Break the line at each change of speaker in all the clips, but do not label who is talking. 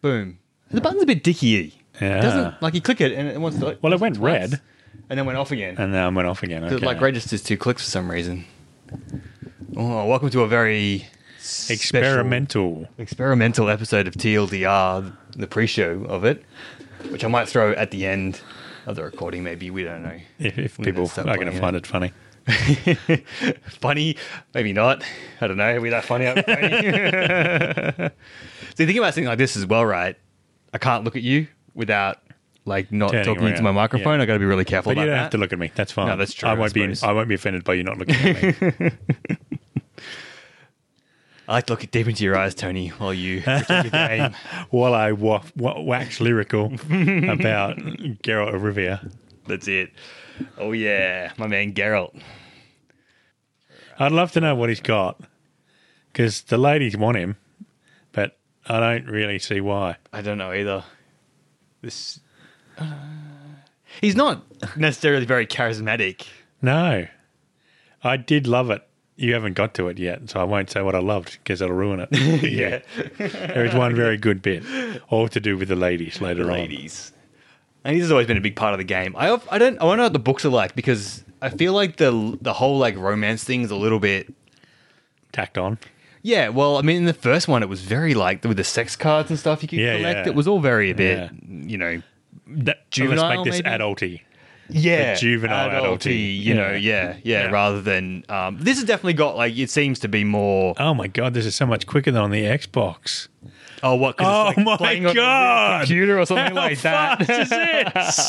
Boom. The button's a bit dicky.
Yeah.
Doesn't like you click it and it wants to. Like,
Well, it went
once,
red.
and then went off again.
and then I went off again.
It,
Okay.
like registers two clicks for some reason. Oh, welcome to a very special-
experimental.
experimental episode of TLDR, the pre-show of it, which I might throw at the end of the recording. Maybe we don't know.
If, if
When it
people
starts
are going to
playing,
find it funny,
funny, maybe not. I don't know. Are we that funny? Are we funny? so you think about something like this as well, right? I can't look at you without like not
Turning
talking into
around.
my microphone.
Yeah.
I got to be really careful
but you
about
don't
that.
have to look at me. That's fine.
No, that's true,
I
I
won't be.
suppose.
I won't be offended by you not looking at me.
I like to look deep into your eyes, Tony, while you protect your game.
While I wa- wa- wax lyrical about Geralt of Rivia,
That's it. Oh yeah, my man Geralt.
I'd love to know what he's got because the ladies want him, but I don't really see why.
I don't know either. This. he's not necessarily very charismatic.
No, I did love it. You haven't got to it yet, so I won't say what I loved because it'll ruin it. But yeah. there is one very good bit, all to do with the ladies later on.
ladies. And this has always been a big part of the game. I of- I don't I wonder what the books are like because I feel like the the whole like romance thing is a little bit
Tacked on.
yeah. Well, I mean, in the first one, it was very like with the sex cards and stuff you could
Yeah,
collect.
yeah.
It was all very a bit
Yeah.
you know
That,
Juvenile,
let's make this
maybe?
adulty.
yeah
The juvenile
adulty,
adulty.
you know
Yeah.
yeah yeah,
Yeah.
rather than um, this has definitely got like it seems to be more
Oh my god, this is so much quicker than on the Xbox.
oh what 'cause it's,
oh
like,
my
playing on the
god,
computer or something
How
like that
fast is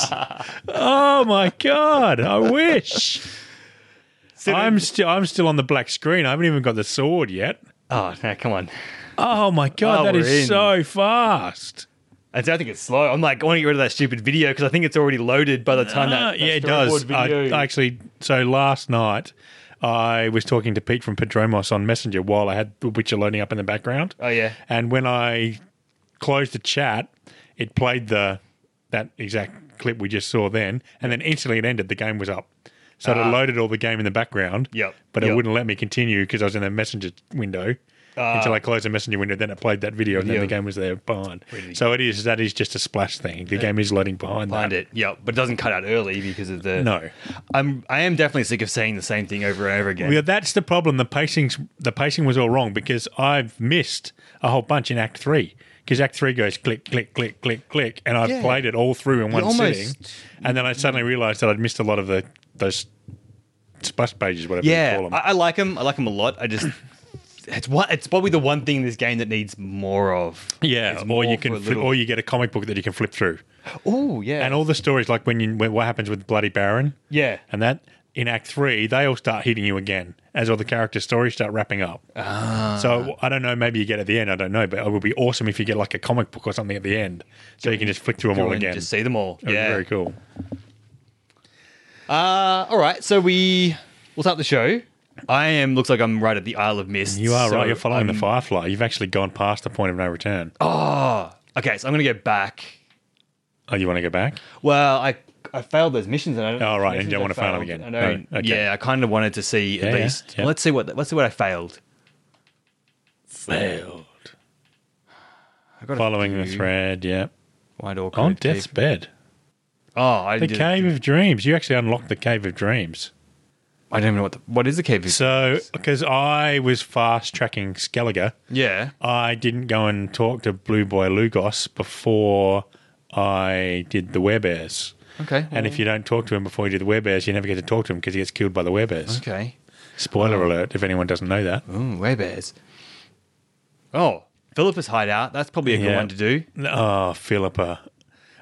this? oh my god, I wish. I'm still I'm still on the black screen. I haven't even got the sword yet.
oh no, come on
Oh my god,
Oh,
that is
we're in.
so fast.
I don't think it's slow. I'm like, I want to get rid of that stupid video because I think it's already loaded by the time
Ah,
that, that
yeah, it
storyboard
does. I,
Video.
I actually, so last night I was talking to Pete from Pedromos on Messenger while I had The Witcher loading up in the background.
Oh, yeah.
And when I closed the chat, it played the that exact clip we just saw then, and then instantly it ended. The game was up. So it loaded all the game in the background.
Ah. Yep,
But it
yep.
wouldn't let me continue because I was in the messenger window.
Ah.
until I closed the messenger window, then it played that video, and then
Video.
the game was there behind. So it is that is just a splash thing. The game is loading behind,
Find
that.
it. Yep, but it doesn't cut out early because of the.
No,
I'm. I am definitely sick of saying the same thing over and over again.
Yeah, that's the problem. The pacing's the pacing was all wrong because I've missed a whole bunch in Act Three because Act Three goes click, click, click, click, click, and I've
Yeah.
played it all through in one
almost-
sitting, and then I suddenly realised that I'd missed a lot of the those splash pages, whatever you
Yeah,
call them.
I, I like him. I like him a lot. I just. It's what it's probably the one thing in this game that needs more of.
yeah,
It's
or
more
you
for
can
a
flip,
little-
or you get a comic book that you can flip through,
Oh yeah,
and all the stories like when you when, what happens with Bloody Baron,
yeah.
and that in Act Three, they all start hitting you again as all the character stories start wrapping up.
Ah.
So I don't know. Maybe you get at the end. I don't know, but it would be awesome if you get like a comic book or something at the end, so you can just flick through them all
And
again.
Just see them all.
That would be
yeah.
very cool.
Uh, all right, so we we'll start the show. I am. Looks like I'm right at the Isle of Mist.
You are
so
right. You're following
I'm
the Firefly. You've actually gone past the point of no return. Oh,
Ah, Okay, so I'm gonna go back.
Oh, you want to go back?
Well, I I failed those missions, and I don't.
Oh, right,
missions
and you don't
I
wanna fail them
failed,
again.
I don't.
No, okay.
Yeah, I kind of wanted to see at
Yeah, yeah,
least.
yeah.
Let's see what let's see what I failed.
Failed.
I got a
Following the
few.
thread. Yeah.
Wide Orc
On
Code Thief.
death's bed.
Oh, I
The
did.
Cave of Dreams. You actually unlocked the Cave of Dreams.
I don't even know what the, what is the cave. is.
So, because I was fast tracking Skellige,
yeah.
I didn't go and talk to Blue Boy Lugos before I did the Werebears.
Okay.
And if you don't talk to him before you do the Werebears, you never get to talk to him because he gets killed by the Werebears.
okay.
Spoiler alert, if anyone doesn't know that.
Ooh, bears. Oh, Philippus hideout. That's probably a good
Yeah.
one to do.
Oh, Philippa.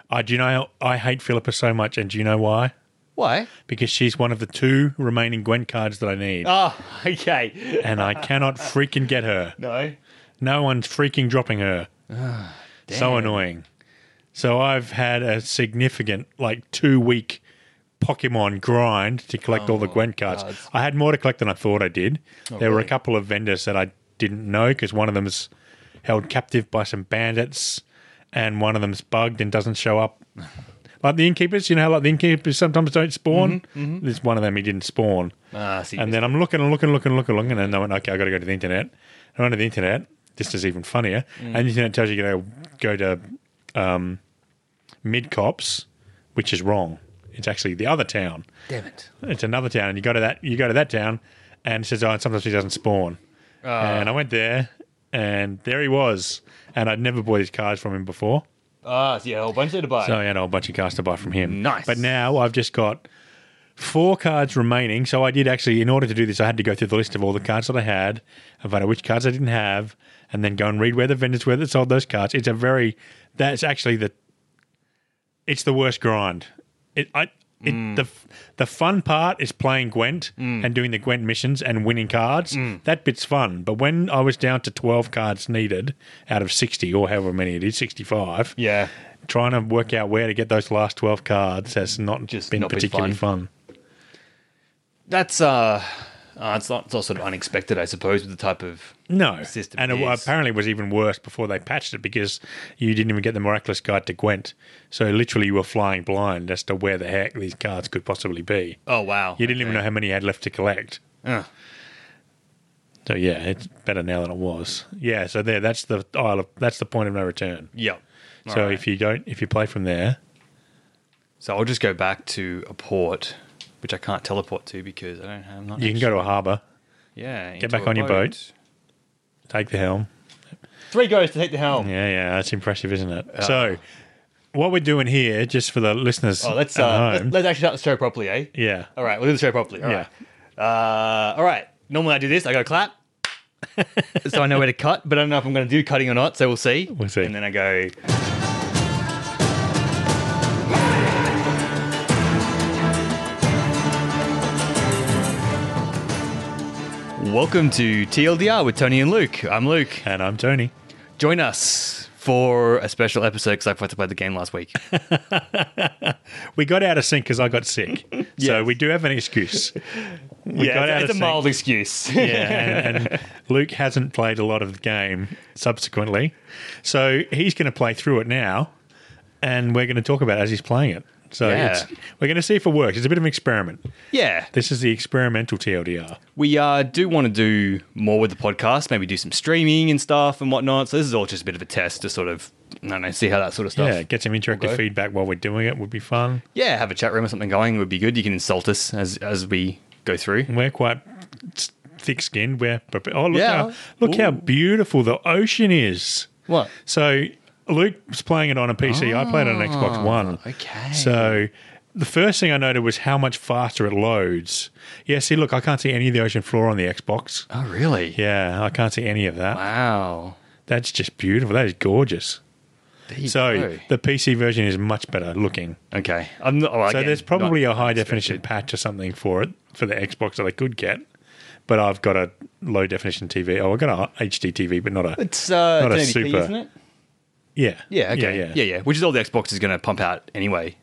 I do you know, I hate Philippa so much, and do you know why?
Why?
Because she's one of the two remaining Gwen cards that I need,
Oh, okay.
and I cannot freaking get her.
No.
No one's freaking dropping her.
Ah,
so annoying. So I've had a significant, like, two week Pokemon grind to collect all the Gwent cards.
Oh, God. Oh,
I had more to collect than I thought I did. there were a
really?
couple of vendors that I didn't know because one of them's held captive by some bandits, and one of them's bugged and doesn't show up. Like the innkeepers, you know, how, like the innkeepers sometimes don't spawn.
Mm-hmm,
There's one of them he didn't spawn.
Ah, I see.
And then I'm looking and looking, looking, looking, looking, and then I went, okay, I got to go to the internet. I went to the internet this is even funnier. Anything that tells you you're going to go to um, mid cops, which is wrong. It's actually the other town.
Damn it.
It's another town, and you go to that. You go to that town, and it says, "Oh, and sometimes he doesn't spawn." and I went there, and there he was, and I'd never bought his cards from him before.
Ah, so yeah, a whole bunch there to buy.
So I had a whole bunch of cards to buy from him.
Nice.
But now I've just got four cards remaining. So I did actually, in order to do this, I had to go through the list of all the cards that I had and find out which cards I didn't have, and then go and read where the vendors were that sold those cards. It's a very that's actually the it's the worst grind. It I. It, The the fun part is playing Gwent and doing the Gwent missions and winning cards. That bit's fun. But when I was down to twelve cards needed out of sixty or however many it is, sixty five
yeah.
trying to work out where to get those last 12 cards has not
Just
just been
not been
particularly fun.
That's uh, uh it's not it's all sort of unexpected, I suppose, with the type of
No.
System
and it
is.
apparently was even worse before they patched it because you didn't even get the miraculous guide to Gwent. So literally you were flying blind as to where the heck these cards could possibly be.
Oh wow.
You didn't even know how many you had left to collect.
Ugh.
So yeah, it's better now than it was. Yeah, so there that's the Isle of that's the point of no return.
Yeah. All
so
right.
if you don't if you play from there,
So I'll just go back to a port, which I can't teleport to because I don't have. I'm not
you can go to a harbour,
Yeah. into
get back
a
on your boat, take the helm,
Three goes to take the helm.
Yeah, yeah, that's impressive, isn't it? so, what we're doing here, just for the listeners
Oh, let's
at
uh,
home,
let's, let's actually start the show properly, eh?
yeah,
All right, we'll do the show properly. All right.
Yeah.
Uh, all right. Normally I do this. I go clap, so I know where to cut. But I don't know if I'm going to do cutting or not. So we'll see.
We'll see.
And then I go. Welcome to TLDR with Tony and Luke. I'm Luke.
and I'm Tony.
Join us for a special episode because I forgot to play the game last week.
We got out of sync because I got sick, so
Yes.
we do have an excuse. We
yeah,
got
it's,
out
it's
of
a
sync.
mild excuse.
Yeah, and, and Luke hasn't played a lot of the game subsequently, so he's going to play through it now, and we're going to talk about it as he's playing it. So
Yeah.
it's, we're going to see if it works. It's a bit of an experiment.
yeah.
This is the experimental TLDR.
We uh, do want to do more with the podcast, maybe do some streaming and stuff and whatnot. So this is all just a bit of a test to sort of, I don't know, see how that sort of stuff.
Yeah, get some interactive
Okay.
feedback while we're doing it would be fun.
Yeah, have a chat room or something going would be good. You can insult us as as we go through.
we're quite thick skinned. We're prepared. Oh, look,
Yeah.
how, look how beautiful the ocean is.
What?
So Luke's playing it on a PC. I played it on an Xbox One.
Ah, okay.
So the first thing I noted was how much faster it loads. Yeah, see, look, I can't see any of the ocean floor on the Xbox.
Oh, really?
Yeah, I can't see any of that.
Wow.
That's just beautiful. That is gorgeous.
There you
So
go.
the PC version is much better looking.
okay. I'm not, well,
So
again,
there's probably
not-
a high definition patch or something for it for the Xbox that I could get, but I've got a low definition TV. Oh, I got a HD TV, but not a
It's, uh,
not
it's
a
an MVP,
super-
isn't it?
yeah
Yeah, okay.
yeah
yeah, Which is all the Xbox is going to pump out anyway.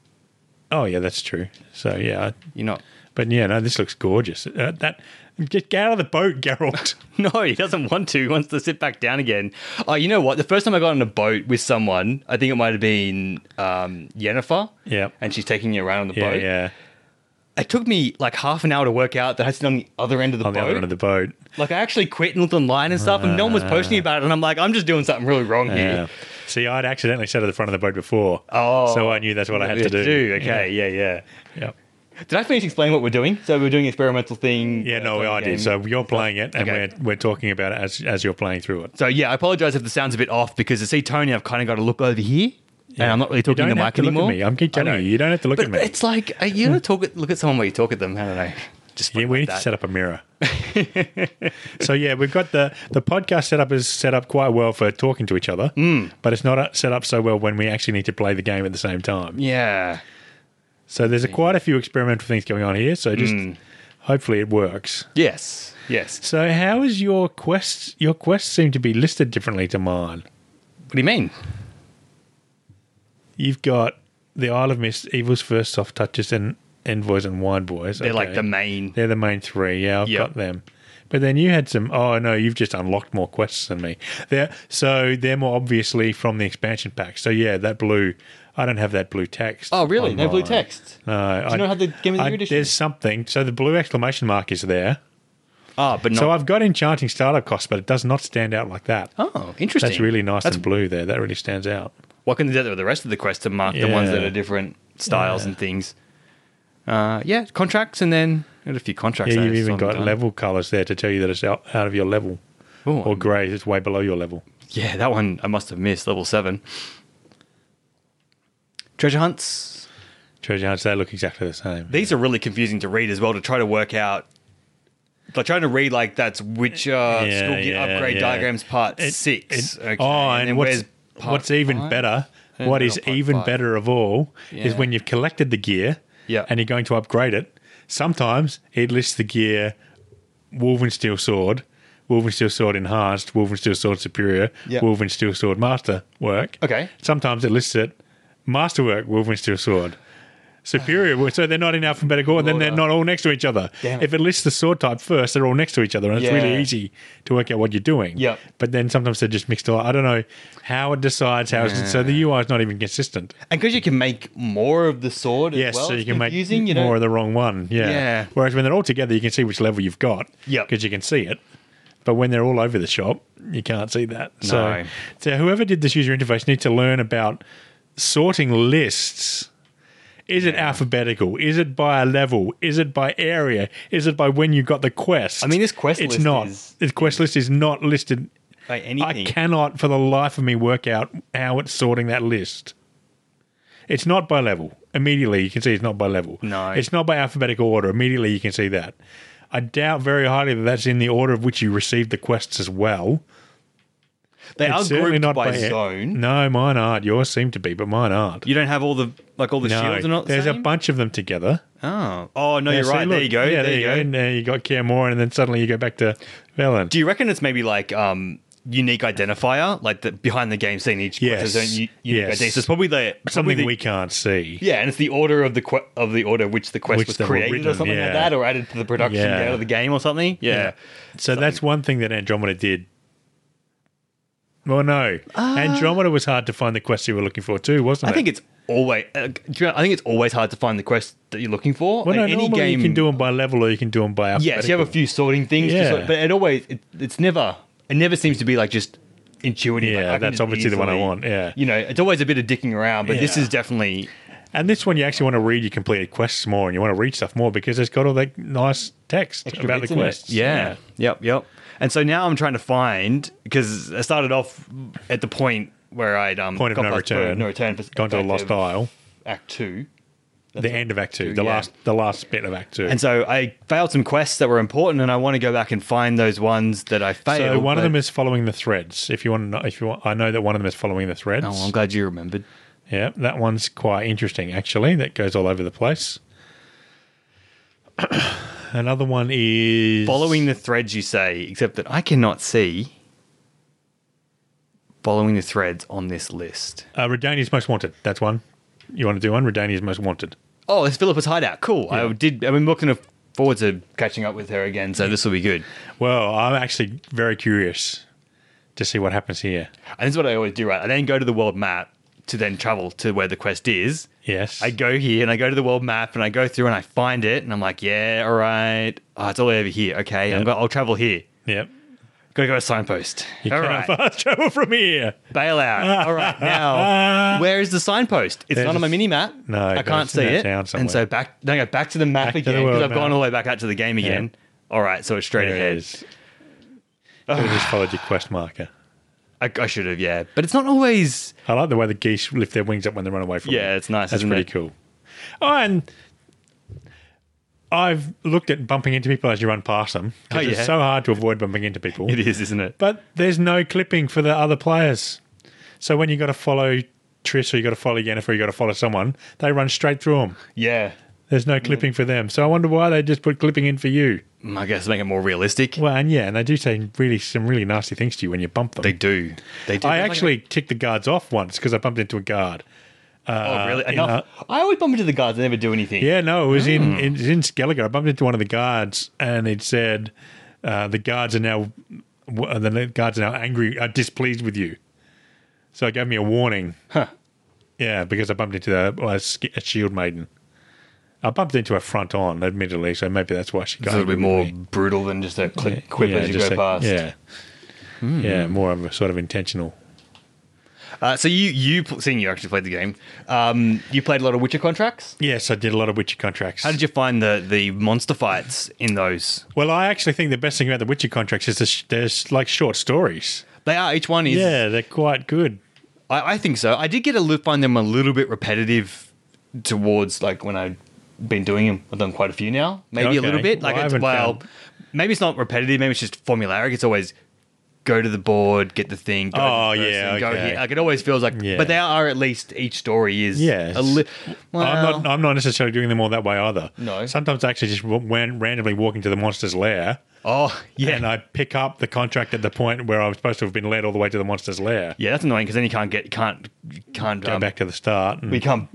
oh yeah that's true. So yeah,
You're not.
but yeah no this looks gorgeous. Uh, that get, get out of the boat, Geralt.
No, he doesn't want to. He wants to sit back down again. Oh, you know what? The first time I got on a boat with someone, I think it might have been um, Yennefer.
Yep.
And she's taking you around on the
yeah
boat.
yeah
It took me like half an hour to work out that I sit on the other end of the
on the
boat.
other end of the boat.
like, I actually quit and looked online and stuff, and no one was posting about it. And I'm like, I'm just doing something really wrong
Ah. Yeah.
here.
Uh, See, I'd accidentally sat at the front of the boat before.
Oh.
So I knew that's what I had to do.
Okay. Yeah. yeah,
Yeah. Yep.
Did I finish explaining what we're doing? So we're doing experimental thing.
Yeah,
uh,
no,
playing
I
the
did.
game.
So you're playing it, and
Okay.
we're, we're talking about it as as you're playing through it.
So yeah, I apologize if the sound's a bit off because to see Tony, I've kind of got to look over here, and I'm not really talking
don't
to
have
Mike
to look at
anymore.
me. I'm keep
I
telling
know.
you, you don't have to look
but
at me.
It's like uh, you know, talk at, look at someone while you talk at them. I don't know. Just
Yeah,
like
we need
that.
to set up a mirror. so yeah, we've got the the podcast setup is set up quite well for talking to each other,
Mm.
but it's not uh, set up so well when we actually need to play the game at the same time.
Yeah,
So there's a, quite a few experimental things going on here. So just
Mm.
hopefully it works.
yes, yes.
So how is your quest? Your quests seem to be listed differently to mine.
What do you mean?
You've got the Isle of Mist, Evil's First Soft Touches, and Envoys and Wine Boys.
They're like
Okay.
the main.
They're the main three. Yeah, I've
Yep.
got them. But then you had some. Oh no, you've just unlocked more quests than me. They're so they're more obviously from the expansion pack. So yeah, that blue. I don't have that blue text.
Oh, really?
on
No blue
mine.
text?
No. Do
you know how the Game of the Year edition
There's something. So the blue exclamation mark is there,
Ah, but not.
So I've got enchanting startup costs, but it does not stand out like that.
oh, interesting.
That's really nice
That's
and blue there. That really stands out.
what can they do with the rest of the quest to mark the ones that
Yeah.
are different styles
Yeah.
and things? Uh, yeah, contracts and then I had a few contracts.
Yeah,
I
you've
saw
even
on
got
the-
level colors there to tell you that it's out, out of your level.
Ooh,
Or grey, it's way below your level.
Yeah, that one I must have missed. Level seven. Treasure hunts.
Treasure hunts, they look exactly the same.
These are really confusing to read as well. To try to work out, like trying to read like that's Witcher
Uh, Yeah,
Uh, school gear
yeah,
upgrade
yeah.
diagrams part
It-
six.
it- Oh, and,
then
what's,
where's part
what's even
five?
better,
And
what
then
is
on part
even
five.
better of all, is
Yeah.
when you've collected the gear
Yeah.
and you're going to upgrade it. Sometimes it lists the gear Wolven Steel Sword, Wolven Steel Sword Enhanced, Wolven Steel Sword Superior,
Yeah.
Wolven Steel Sword Masterwork.
Okay.
Sometimes it lists it Masterwork, Wolven Steel Sword. Superior, so they're not in alphabetical, and then they're
Order.
not all next to each other.
Damn it.
If it lists the sword type first, they're all next to each other, and it's really
Yeah.
easy to work out what you're doing.
Yep.
But then sometimes they're just mixed up. I don't know how it decides how. It's, so the UI is not even consistent.
And because you can make more of the sword. as
Yes,
well,
so you
it's
can make
confusing, you know?
more of the wrong one. Yeah.
Yeah.
Whereas when they're all together, you can see which level you've got.
Yep.
Because you can see it. But when they're all over the shop, you can't see that. So,
No.
so whoever did this user interface needs to learn about sorting lists. Is it alphabetical? Is it by a level? Is it by area? Is it by when you got the quest?
I mean, this quest
it's
list
not.
is-
the quest list is not listed
like anything.
I cannot, for the life of me, work out how it's sorting that list. It's not by level. Immediately, you can see it's not by level.
No.
It's not by alphabetical order. Immediately, you can see that. I doubt very highly that that's in the order of which you received the quests as well.
They
It's
are
certainly
grouped
not
by,
by e-
zone.
No, mine aren't. Yours seem to be, but mine aren't.
You don't have all the like all the shields are
No,
not the
there's
same?
a bunch of them together.
oh, oh no,
Yeah,
you're
see,
right. there
look.
you go.
Yeah,
there, you go.
And there you got Kier Moore, and then suddenly you go back to Velen.
Do you reckon it's maybe like um unique identifier, like the behind the game scene each quest has
Yes.
its own u- unique
Yes.
identity? So it's probably the probably
Something
the-
we can't see.
Yeah, and it's the order of the que- of the order which the quest
Which
was
they were
created or
written,
something
yeah.
like that, or added to the production
Yeah.
out of the game or something. Yeah.
So that's one thing that Andromeda did. Well, no, Andromeda was hard to find the quest you were looking for too,
Ah.
wasn't
I
it?
think it's always. Uh, do you know, I think it's always hard to find the quest that you're looking for.
well, no,
Like, any
normally
game
you can do them by level or you can do them by alphabetical.
Yes, you have a few sorting things, to
Yeah.
sort, but it always it, it's never it never seems to be like just intuitive.
Yeah,
like, I can
that's
just
obviously the one I
easily-
want, yeah.
you know, it's always a bit of dicking around, but this
Yeah.
is definitely
And this one, you actually want to read your completed quests more, and you want to read stuff more because it's got all that nice text about the
bits in it.
quests.
Yeah. Yep. Yep. And so now I'm trying to find because I started off at the point where I'd um
Point of
got
no
past Point
return.
no return for
Gone to the Lost
of
Isle,
Act Two.
the end of Act Two, the
yeah.
last, the last bit of Act Two.
And so I failed some quests that were important, and I want to go back and find those ones that I failed.
so one of
but-
them is following the threads. If you want, to know, if you want, I know that one of them is following the threads.
Oh, I'm glad you remembered.
Yeah, that one's quite interesting actually. That goes all over the place. Another one is
Following the threads, you say, except that I cannot see following the threads on this list.
uh, Redania's Most Wanted. That's one. You want to do one? Redania's Most Wanted.
Oh, it's Philippa's hideout. Cool. I did. I've been looking forward to catching up with her again, so this will be good.
Well, I'm actually very curious to see what happens here.
And this is what I always do, right? I then go to the world map to then travel to where the quest is.
Yes,
I go here and I go to the world map and I go through and I find it and I'm like, yeah, all right. Oh, it's all over here. Okay. I'm
Yep.
go- I'll travel here.
Yep.
Gotta go to signpost.
You
all
cannot
right.
fast travel from here.
Bail out. All right. Now, where is the signpost? It's
There's
not on my
a-
mini map.
No,
I
but
can't
it's in
see
that
it.
town
And so
somewhere.
back, then I go back to the map
Back to the
again because
world
I've gone
map.
all the way back out to the game again. All right. So it's straight
There it
ahead.
is. So we just followed your quest marker.
I, I should have, yeah. But it's not always.
I like the way the geese lift their wings up when they run away from you.
Yeah, it's nice,
That's
isn't
pretty
it?
cool. Oh, and I've looked at bumping into people as you run past them. 'cause
Oh,
It's
yeah.
so hard to avoid bumping into people.
It is, isn't it?
But there's no clipping for the other players. So when you got to follow Trish or you got to follow Yennefer, you got to follow someone, they run straight through them.
Yeah.
There's no clipping for them. So I wonder why they just put clipping in for you.
Mm, I guess make it more realistic.
Well, and yeah, and they do say really some really nasty things to you when you bump them.
They do. They do.
I
They're like-
actually ticked the guards off once because I bumped into a guard.
oh, really?
you
Enough. I always bump into the guards. They never do anything.
uh, Yeah, no, it was in
Hmm.
in, it was in Skellige. I bumped into one of the guards, and it said uh, the guards are now w- uh, the guards are now angry, are displeased with you. So it gave me a warning.
Huh.
Yeah, because I bumped into the, well, a sk- a shield maiden, I bumped into her front on, admittedly, so maybe that's why she got
It's a little bit
angry
more
with me.
brutal than just a clip, quip as you go
just a-
past. Hmm.
Yeah, yeah, more of a sort of intentional.
Uh, so you you pl- seeing you actually played the game. Um, you played a lot of Witcher contracts.
Yes, I did a lot of Witcher contracts.
How did you find the the monster fights in those?
well, I actually think the best thing about the Witcher contracts is there's, there's like short stories.
They are each one is.
yeah, they're quite good.
I, I think so. I did get a li- find them a little bit repetitive towards like when I've been doing them. I've done quite a few now. Maybe a
Okay.
little bit. Like
Well, I
it's
haven't
well,
found-
maybe it's not repetitive. Maybe it's just formulaic. It's always go to the board, get the thing. Go
Oh,
to the
yeah,
person, Go
okay.
here. Like it always feels like.
Yeah.
But they are at least each story is.
Yes.
A li- well,
I'm not. I'm not necessarily doing them all that way either.
No.
Sometimes I actually just w- went randomly walking to the monster's lair,
oh yeah.
and uh, I pick up the contract at the point where I was supposed to have been led all the way to the monster's lair.
Yeah, that's annoying because then you can't get can't can't
Go
um,
back to the start. and-
We can't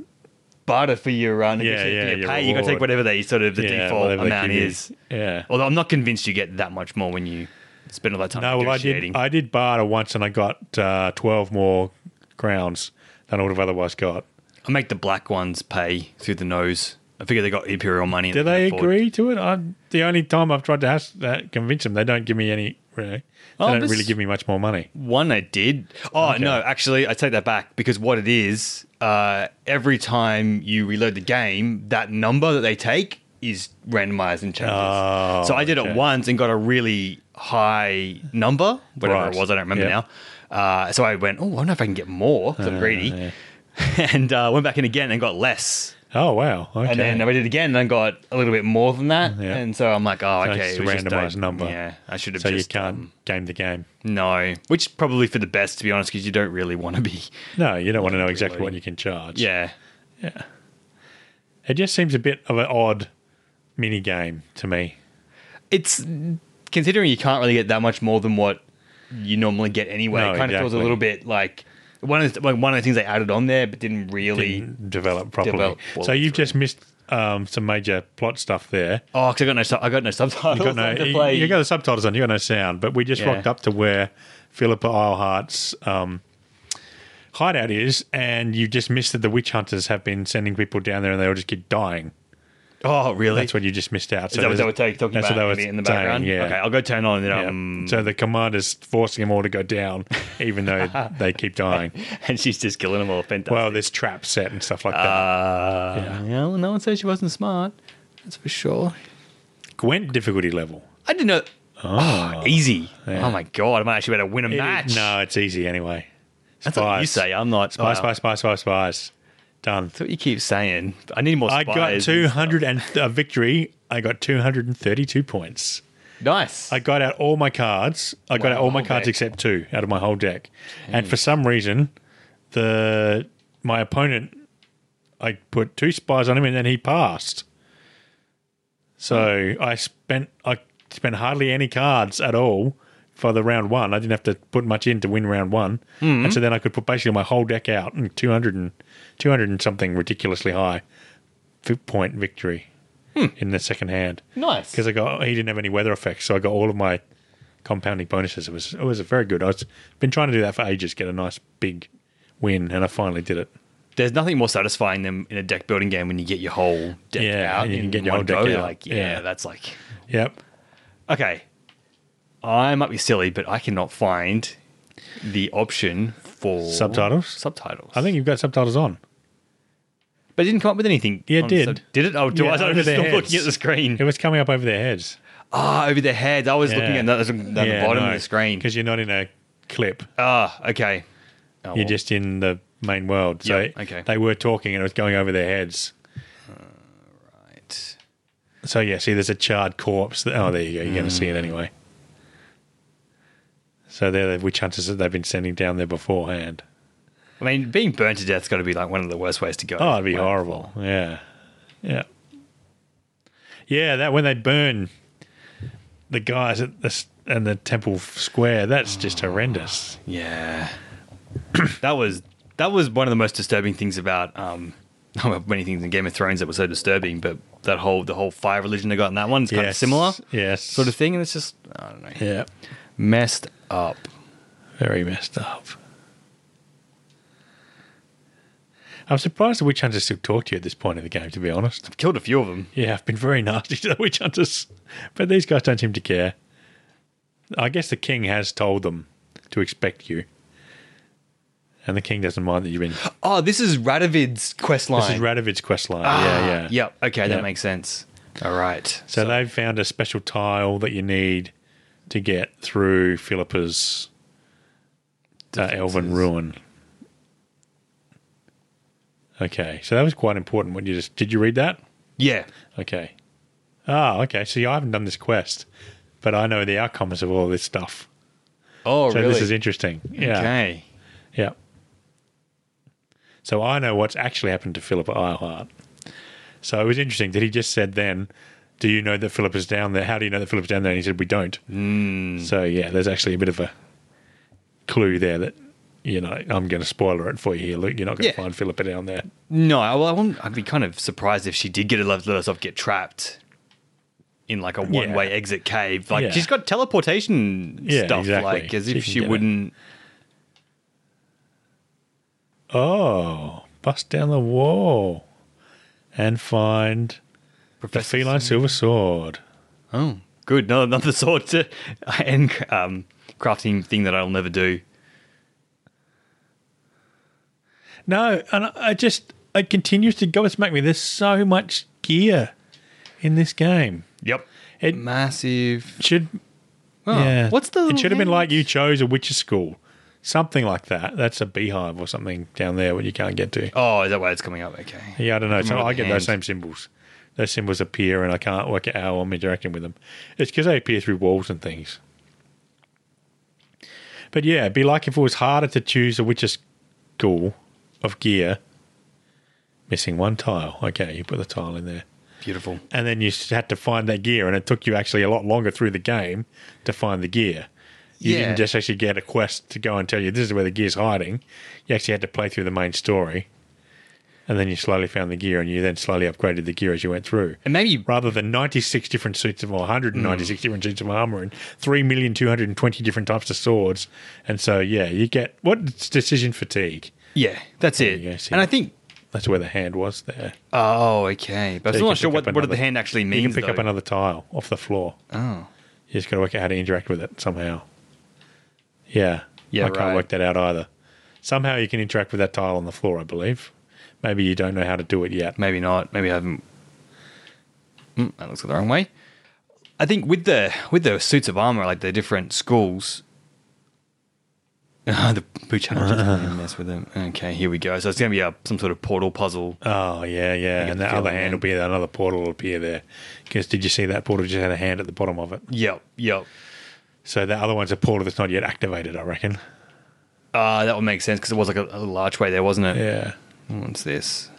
barter for your run.
Yeah, yeah,
you
your
pay. You got to take
reward.
whatever they sort of the
Yeah,
default
whatever they
amount
give you.
is.
Yeah.
Although I'm not convinced you get that much more when you spend all that time
No, well, I
negotiating.
did. I did barter once, and I got uh, twelve more crowns than I would have otherwise got.
I make the black ones pay through the nose. I figure they got imperial money. and
Do
can
they
afford-
agree to it? I'm, the only time I've tried to ask that, convince them, they don't give me any. Really, they
Oh,
don't
this-
really give me much more money.
One I did. Oh no, actually, I take that back because what it is, uh, every time you reload the game, that number that they take is randomized and changes.
Oh,
so I did it
okay.
once and got a really high number, whatever
Right.
it was. I don't remember
Yep.
now. Uh, so I went, oh, I wonder if I can get more 'cause
Uh,
I'm greedy, and uh, went back in again and got less.
Oh wow! Okay.
And then I did it again and I got a little bit more than that.
Yeah.
And so I'm like, oh,
So it's
okay,
just
it
a
was just
randomized
a-
number.
Yeah, I should have
so
just
you can't
um,
game the game.
no, which is probably for the best, to be honest, because you don't really want to be.
No, you don't want to know exactly
reloading.
what you can charge.
Yeah,
It just seems a bit of an odd mini game to me.
it's considering you can't really get that much more than what you normally get anyway.
No,
it kind of feels a
exactly.
little bit like one of the, like one of the things they added on there, but didn't really.
Didn't develop properly.
Mm. Develop
so you've
through.
just missed um, some major plot stuff there.
Oh, because I got no, sub- I got no subtitles.
You got no,
on to
you,
play.
you got the subtitles on. You got no sound. But we just
Yeah.
rocked up to where Philippa Islehart's um, hideout is, and you just missed that the witch hunters have been sending people down there, and they all just keep dying.
oh, really?
That's what you just missed out.
Is that what they were
there's-
ta- talking
that's
about
what
in
they
the-
were
in the
saying,
background?
yeah.
Okay, I'll go turn on it.
Yeah.
Um,
so the commander's forcing them all to go down, even though they keep dying.
and she's just killing them all. Fantastic.
Well, there's traps set and stuff like that.
uh, yeah, well, no one said she wasn't smart. That's for sure.
Gwent difficulty level.
I didn't know. Oh, easy. Oh my god, I might actually be able to win a
It-
match.
No, it's easy anyway.
that's what you
Spies.
say. I'm not.
Spies,
oh,
spies, spies, spies, spies. Done.
That's what you keep saying. I need more.
I
Spies.
got 200 and a victory. I got 232 points.
Nice.
I got out all my cards. I got
Wow, Hmm.
out all my
whole
cards
deck.
except two out of my whole deck. And for some reason, the my opponent, I put two spies on him, and then he passed. So I spent I spent hardly any cards at all for the round one. I didn't have to put much in to win round one, and so then I could put basically my whole deck out and 200 and 200 and something ridiculously high fi- point victory in the second hand
nice.
because I got he didn't have any weather effects, so I got all of my compounding bonuses. It was it was very good. I was been trying to do that for ages, get a nice big win, and I finally did it.
There's nothing more satisfying than in a deck building game when you get your whole deck
Yeah,
out.
and you can
in
get your
one
whole deck
go.
out.
Like, yeah,
Yeah.
that's like
Yep.
okay. I might be silly, but I cannot find the option for
Subtitles?
Subtitles.
I think you've got subtitles on.
but it didn't come up with anything.
Yeah, it
on the
did.
sub- did it? Oh, do
Yeah,
I? I'm
over
just
their
not looking at
heads.
the screen.
It was coming up over their heads.
Ah, over their heads. I was looking
Yeah.
at that, down the bottom of the screen.
because you're not in a clip.
Ah, okay. Oh, well.
You're just in the main world. So
Yep, okay.
they were talking, and it was going over their heads.
Right.
So yeah, see, there's a charred corpse. That, oh, there you go. You're going to see
Hmm.
it anyway. So they're the witch hunters that they've been sending down there beforehand.
I mean, being burnt to death's got to be like one of the worst ways to go.
Oh, it'd be horrible. Yeah. Yeah. Yeah, that when they burn the guys at the s- and the temple square, that's just horrendous.
Yeah. that was that was one of the most disturbing things about um well, many things in Game of Thrones that were so disturbing, but that whole the whole fire religion they got in that one is kind of
Yes,
similar
Yes.
sort of thing, and it's just I don't know
Yeah.
messed up.
Very messed up. I'm surprised the witch hunters still talk to you at this point in the game, to be honest.
Killed a few of them.
Yeah, I've been very nasty to the witch hunters, but these guys don't seem to care. I guess the king has told them to expect you, and the king doesn't mind that you've been.
Oh, this is Radovid's quest line.
This is Radovid's quest line.
Ah,
yeah, yeah,
Yep. Okay,
Yeah.
that makes sense. All right.
So, they've found a special tile that you need to get through Philippa's uh, Elven
Defenses.
ruin. Okay, so that was quite important. What you just did you read that?
yeah.
Okay. Ah, okay. So I haven't done this quest, but I know the outcomes of all this stuff.
Oh,
So
really?
this is interesting. Yeah.
Okay.
Yeah. So I know what's actually happened to Philip Eilhart. So it was interesting that he just said then, Do you know that Philip is down there? How do you know that Philip's down there? And he said, We don't. So yeah, there's actually a bit of a clue there that, you know, I'm going to spoiler it for you here, Luke. You're not going
Yeah.
to find Philip down there.
No, I, well, I wouldn't, I'd be kind of surprised if she did get to let let herself get trapped in like a
Yeah.
one way exit cave. Like
Yeah.
she's got teleportation
Yeah,
stuff,
exactly.
like as
She
if she
can get it.
wouldn't.
Oh, bust down the wall and find the
Professor
feline silver sword.
Oh, good. No, another sword to and um, crafting thing that I'll never do.
No, and I, I just it continues to gobsmack me. There's so much gear in this game.
Yep.
It
Massive.
should
Oh,
yeah.
What's the?
It should have been like
you.
you chose a witch's school, something like that. That's a beehive or something down there where you can't get to.
Oh, is that why it's coming up? Okay.
Yeah, I don't know. So
remember
I
the
get those same symbols. Those symbols appear, and I can't work out how I'm interacting with them. It's because they appear through walls and things. But yeah, it'd be like if it was harder to choose a witch's school of gear. Missing one tile. Okay, you put the tile in there.
Beautiful.
And then you s- had to find that gear, and it took you actually a lot longer through the game to find the gear. You
Yeah.
didn't just actually get a quest to go and tell you this is where the gear's hiding. You actually had to play through the main story, and then you slowly found the gear, and you then slowly upgraded the gear as you went through.
And maybe
Rather than 96 different suits of, or 196
Mm.
different suits of armor and 3,220 different types of swords. And so, yeah, you get what it's decision fatigue.
yeah, that's it.
you go, see
and I
that.
think
That's where the hand was there.
oh, okay. But
So
I'm
you
not
can
sure
pick
what
up
what the
another-
hand actually
You
means.
can pick up
though.
another tile off the floor.
Oh.
You just got to work out how to interact with it somehow. Yeah.
Yeah,
I can't
right.
work that out either. Somehow you can interact with that tile on the floor, I believe. Maybe you don't know how to do it yet.
Maybe not. Maybe I haven't. Hmm, that looks like the wrong way. I think with the with the suits of armor, like the different schools. Ah, the boot channel just can't even mess with them. Okay, here we go. So it's going to be a, some sort of portal puzzle.
Oh, yeah, yeah.
get
And
the
that other
feeling
hand
then.
will be there. Another portal will appear there. Because did you see that portal just had a hand at the bottom of it?
Yep, yep.
So that other one's a portal that's not yet activated, I reckon.
Uh, that would make sense because it was like a, a little archway there, wasn't it?
Yeah.
What's this?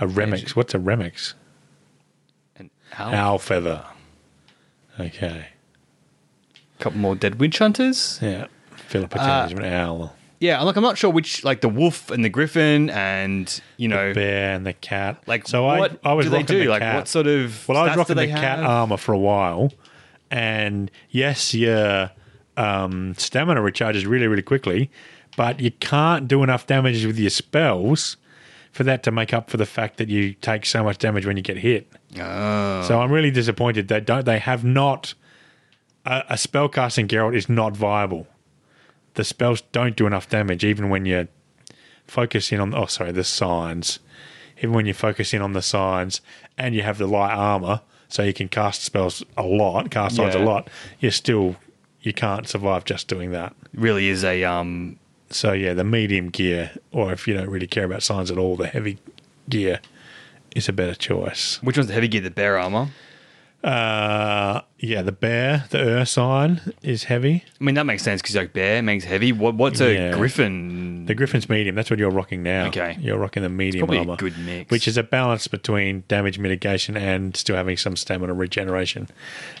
A remix. What's a remix?
An owl.
Owl feather. Okay.
couple more dead witch hunters.
Yeah. Philippa
Uh,
turns into an owl.
Yeah, I'm like I'm not sure which like the wolf and the griffin and you know
Bear and the cat.
like
so
what
I, I was
do they
rocking
do?
the
like
cat.
what sort of
Well, I
stats
was
do
rocking the
they
cat
have?
armor for a while, and yes, your um, stamina recharges really, really quickly, but you can't do enough damage with your spells for that to make up for the fact that you take so much damage when you get hit. So I'm really disappointed they don't. They have not. A, a spell casting Geralt is not viable. The spells don't do enough damage, even when you focus in on. Oh, sorry, the signs. Even when you focus in on the signs, and you have the light armor, so you can cast spells a lot, cast signs a
Yeah.
lot. You still you can't survive just doing that.
really is a um
So yeah, the medium gear, or if you don't really care about signs at all, the heavy gear is a better choice.
which one's the heavy gear the bear armor
Uh, yeah, the bear, the ur sign is heavy.
i mean that makes sense because like bear makes heavy what what's a
Yeah.
griffin
The griffin's medium. That's what you're rocking now.
Okay.
you're rocking the medium
probably a
armor,
good mix.
which is a balance between damage mitigation and still having some stamina regeneration.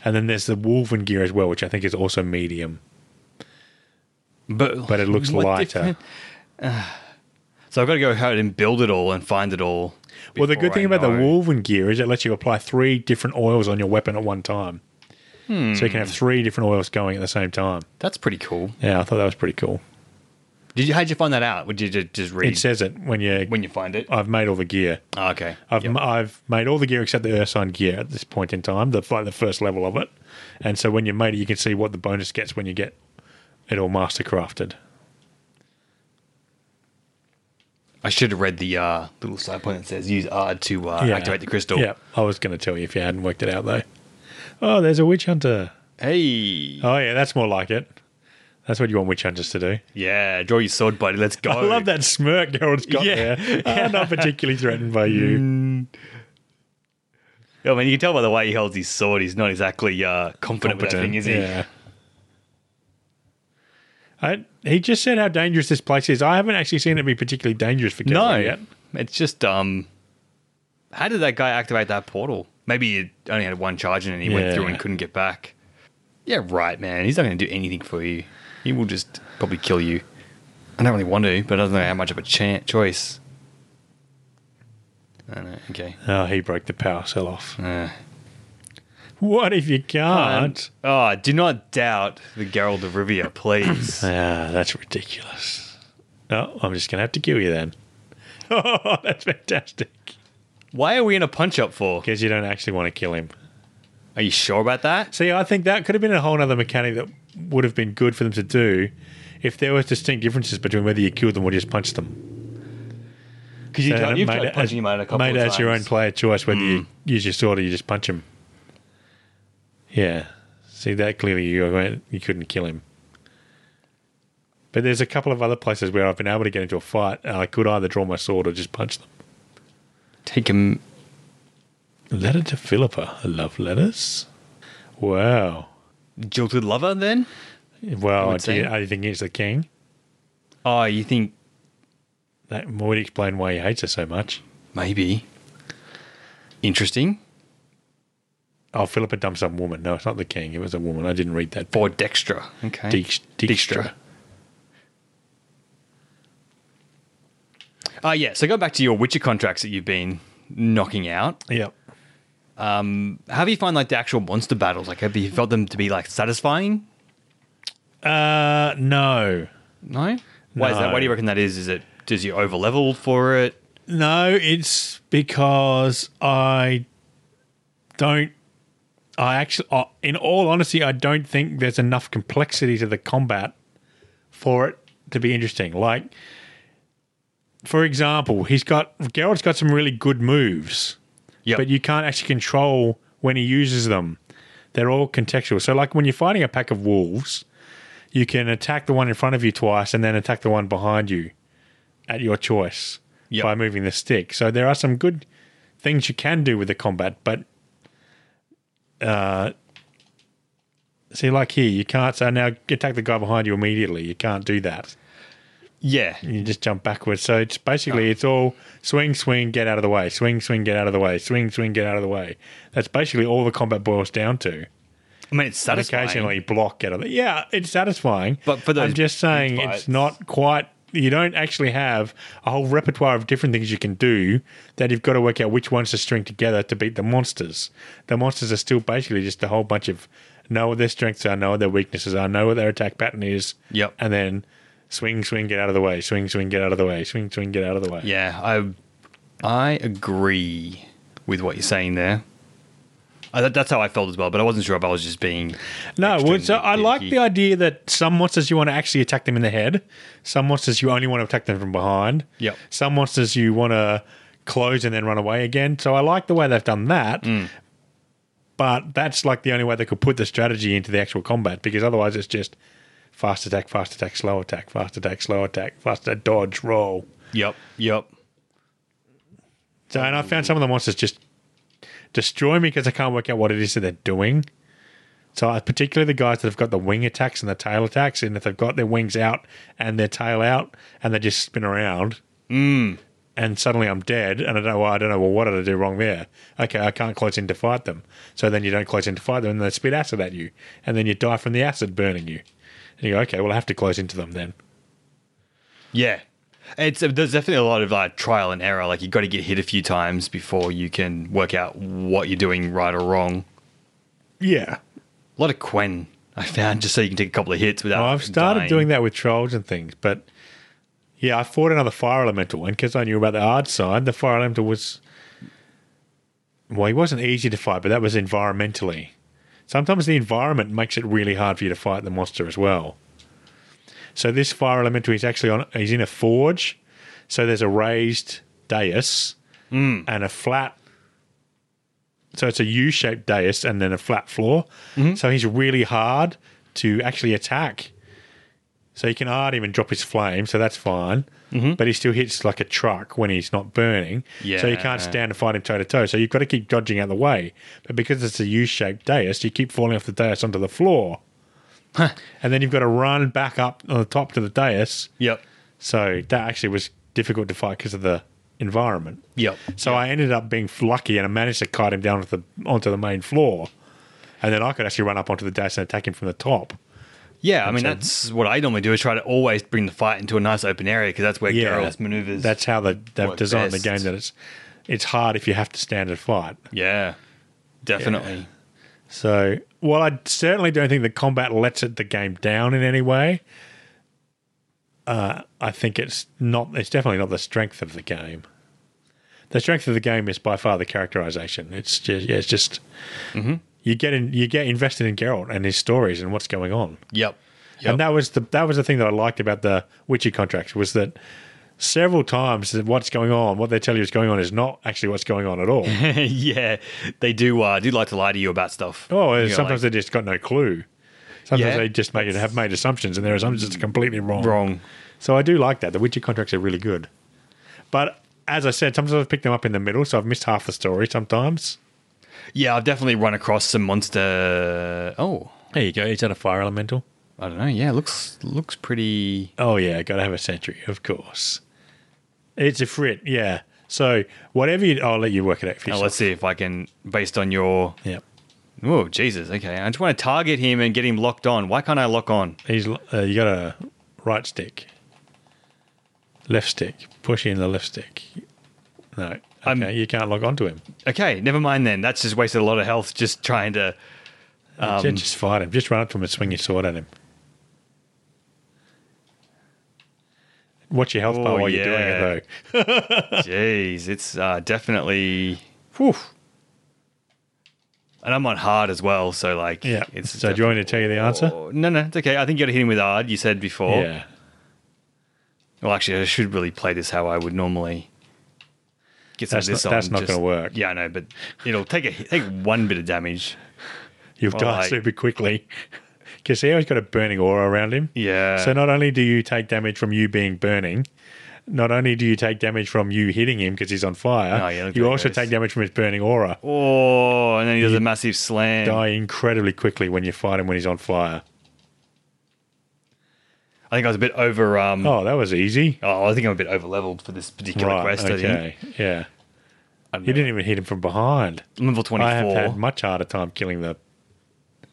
And then there's the wolven gear as well, which I think is also medium.
but
but it looks
what
lighter.
different- Ah. so i've got to go ahead and build it all and find it all
Well, the
before
good thing
I
about the
know.
Wolven gear is it lets you apply three different oils on your weapon at one time.
Hmm.
So you can have three different oils going at the same time.
that's pretty cool
Yeah, I thought that was pretty cool.
Did you? How'd you find that out? Would you ju- just read
It Uh, says it when you.
Hmm. when you find it?
I've made all the gear.
Oh, okay.
I've
Yep.
I've made all the gear except the Ursine gear at this point in time, the like the first level of it. And so when you made it, you can see what the bonus gets when you get it all mastercrafted.
I should have read the uh, little side point that says use R to uh,
Yeah.
activate the crystal.
Yeah, I was going to tell you if you hadn't worked it out though. Oh, there's a witch hunter.
Hey.
Oh yeah, that's more like it. That's what you want witch hunters to do.
Yeah. Draw your sword, buddy. Let's go.
I love that smirk Gerald's got
Yeah. Mm,
there. I'm not particularly threatened by you.
I mean, you can tell by the way he holds his sword, he's not exactly uh, confident with that
Competent,
thing, is he?
Yeah. I, he just said how dangerous this place is. I haven't actually seen it be particularly dangerous for Gerald
No.
yet.
It's just, um, how did that guy activate that portal? Maybe it only had one charge and then he went
Yeah.
through and couldn't get back. Yeah, right, man. He's not going to do anything for you. He will just probably kill you. I don't really want to, but I don't know how much of a chan choice. I don't know. Okay.
Oh, he broke the power cell off.
Uh,
What if you can't?
oh, do not doubt the Geralt of Rivia, please.
Ah, that's ridiculous. Oh, I'm just going to have to kill you then. Oh, that's fantastic.
Why are we in a punch up for?
Because you don't actually want to kill him.
Are you sure about that?
See, I think that could have been a whole other mechanic that would have been good for them to do if there was distinct differences between whether you killed them or just punched them.
Because you
And
have
it made
tried
it-
punching him out a couple
made
of
it
times. Hmm.
as your own player choice whether you use your sword or you just punch him. Yeah. See, that clearly you you couldn't kill him. But there's a couple of other places where I've been able to get into a fight and I could either draw my sword or just punch them.
Take him.
Letter to Philippa. Love letters? Wow.
Jilted lover, then? I
Well,
would
I do,
say.
you, I think it's the king.
Oh, you think
That would explain why he hates her so much.
maybe. Interesting.
Oh, Philippa dumped some woman. No, it's not the king. It was a woman. I didn't read that.
For Dextra. Okay.
Dijkstra.
Dijkstra. Oh, yeah. So go back to your Witcher contracts that you've been knocking out.
Yep.
How do you find like the actual monster battles? Like, have you felt them to be like satisfying?
Uh, no.
No. Why is that? Why do you reckon that is? Is it does you over level for it?
No, it's because I don't. I actually, uh, in all honesty, I don't think there's enough complexity to the combat for it to be interesting. Like, for example, he's got Geralt's got some really good moves,
Yep.
but you can't actually control when he uses them. They're all contextual. So, like when you're fighting a pack of wolves, you can attack the one in front of you twice and then attack the one behind you at your choice
Yep.
by moving the stick. So there are some good things you can do with the combat, but uh, see, like here, you can't say now attack the guy behind you immediately. You can't do that.
yeah.
You just jump backwards. So it's basically it's all swing, swing, get out of the way, swing, swing, get out of the way, swing, swing, get out of the way. That's basically all the combat boils down to.
I mean, it's satisfying.
Occasionally block, get out of the Yeah, it's satisfying.
But for those
I'm just saying
big
it's
fights-
not quite you don't actually have a whole repertoire of different things you can do that you've got to work out which ones to string together to beat the monsters. The monsters are still basically just a whole bunch of know what their strengths are, know what their weaknesses are, know what their attack pattern is.
Yep.
And then swing, swing, get out of the way, swing, swing, get out of the way, swing, swing, get out of the way.
Yeah, I I agree with what you're saying there. Uh, that, that's how I felt as well, but I wasn't sure if I was just being
No, well, so
extremely
I like
picky.
the idea that some monsters you want to actually attack them in the head, some monsters you only want to attack them from behind,
Yep.
some monsters you want to close and then run away again. So I like the way they've done that,
Mm.
but that's like the only way they could put the strategy into the actual combat because otherwise it's just fast attack, fast attack, slow attack, fast attack, slow attack, fast attack, dodge, roll.
Yep, yep.
So, and I found some of the monsters just destroy me because I can't work out what it is that they're doing. So, I- particularly the guys that have got the wing attacks and the tail attacks, and if they've got their wings out and their tail out, and they just spin around, and suddenly I'm dead, and I don't know. Well, I don't know. Well, what did I do wrong there? Okay, I can't close in to fight them. So then you don't close in to fight them, and they spit acid at you, and then you die from the acid burning you. And you go, okay, well, I have to close into them then.
Yeah. It's uh, there's definitely a lot of like trial and error. Like you got to get hit a few times before you can work out what you're doing right or wrong.
Yeah,
A lot of Quen I found just so you can take a couple of hits without.
Oh, I've started
dying.
doing that with trolls and things, but Yeah, I fought another fire elemental one because I knew about the hard side. The fire elemental was well, he wasn't easy to fight, but that was environmentally. Sometimes the environment makes it really hard for you to fight the monster as well. So this fire elemental is actually on. He's in a forge, so there's a raised dais and a flat. So it's a U-shaped dais and then a flat floor. So he's really hard to actually attack. So you can art him and drop his flame, so that's fine. But he still hits like a truck when he's not burning. So you
Yeah.
can't stand and fight him toe to toe. So you've got to keep dodging out the way. But because it's a U shaped dais, you keep falling off the dais onto the floor. and then you've got to run back up on the top to the dais.
Yep.
So that actually was difficult to fight because of the environment.
Yep.
So I ended up being lucky and I managed to kite him down to the, onto the main floor. And then I could actually run up onto the dais and attack him from the top.
Yeah, I mean
so-
that's what I normally do is try to always bring the fight into a nice open area because that's where
Yeah,
Geralt's maneuvers.
That's how they, they've
work
designed
best.
the game that it's it's hard if you have to stand and fight.
yeah, definitely.
So, while I certainly don't think the combat lets it, the game down in any way, uh, I think it's not. It's definitely not the strength of the game. The strength of the game is by far the characterization. It's just, yeah, it's just you get in, you get invested in Geralt and his stories and what's going on.
Yep.
And that was the that was the thing that I liked about the Witcher contract was that several times that what's going on, what they tell you is going on, is not actually what's going on at all.
yeah, they do. Uh, do like to lie to you about stuff.
Oh,
You know,
sometimes
like,
they just got no clue. Sometimes
Yeah.
they just make it have made assumptions, and their assumptions are completely wrong.
wrong.
So I do like that. The Witcher contracts are really good, but as I said, sometimes I've picked them up in the middle, so I've missed half the story. Sometimes
Yeah, I've definitely run across some monster. Oh,
there you go. Is that a fire elemental?
I don't know. Yeah, looks looks pretty.
Oh yeah, got to have a sentry, of course. It's a frit, yeah. So whatever you, I'll let you work it out for
Now,
yourself.
let's see if I can, based on your.
yeah,
Oh Jesus! Okay, I just want to target him and get him locked on. Why can't I lock on?
he's l- uh, you got a right stick, left stick, push in the left stick. No, okay,
I'm-
you can't log onto him.
Okay, never mind then. That's just wasted a lot of health just trying to. Um,
Yeah, just fight him. Just run up to him and swing your sword at him. Watch your health bar
Oh,
while you're doing
yeah.
it,
Jeez, it's uh, definitely.
though. Whew.
And I'm on hard as well, so like,
Yeah.
It's
so, do you want me to tell you the answer?
Oh, no, no, it's okay. I think you got to hit him with hard. You said before.
Yeah.
Well, actually, I should really play this how I would normally get some
That's
of this
not-
on.
that's not
just-
gonna work.
Yeah, I know, but it'll take a take one bit of damage.
You've died
Oh, like-
super quickly. Because he always got a burning aura around him.
Yeah.
So, not only do you take damage from you being burning, not only do you take damage from you hitting him because he's on fire,
Oh, yeah, look
you
there it
also
goes.
take damage from his burning aura.
Oh, and then he does a massive slam.
Die incredibly quickly when you fight him when he's on fire.
I think I was a bit over. Um, oh.
Oh, that was easy.
I think I'm a bit over leveled for this particular
Right.
quest. I think
Okay. Yeah.
I don't
You
know.
didn't even hit him from behind.
I'm level 24.
I have had much harder time killing the.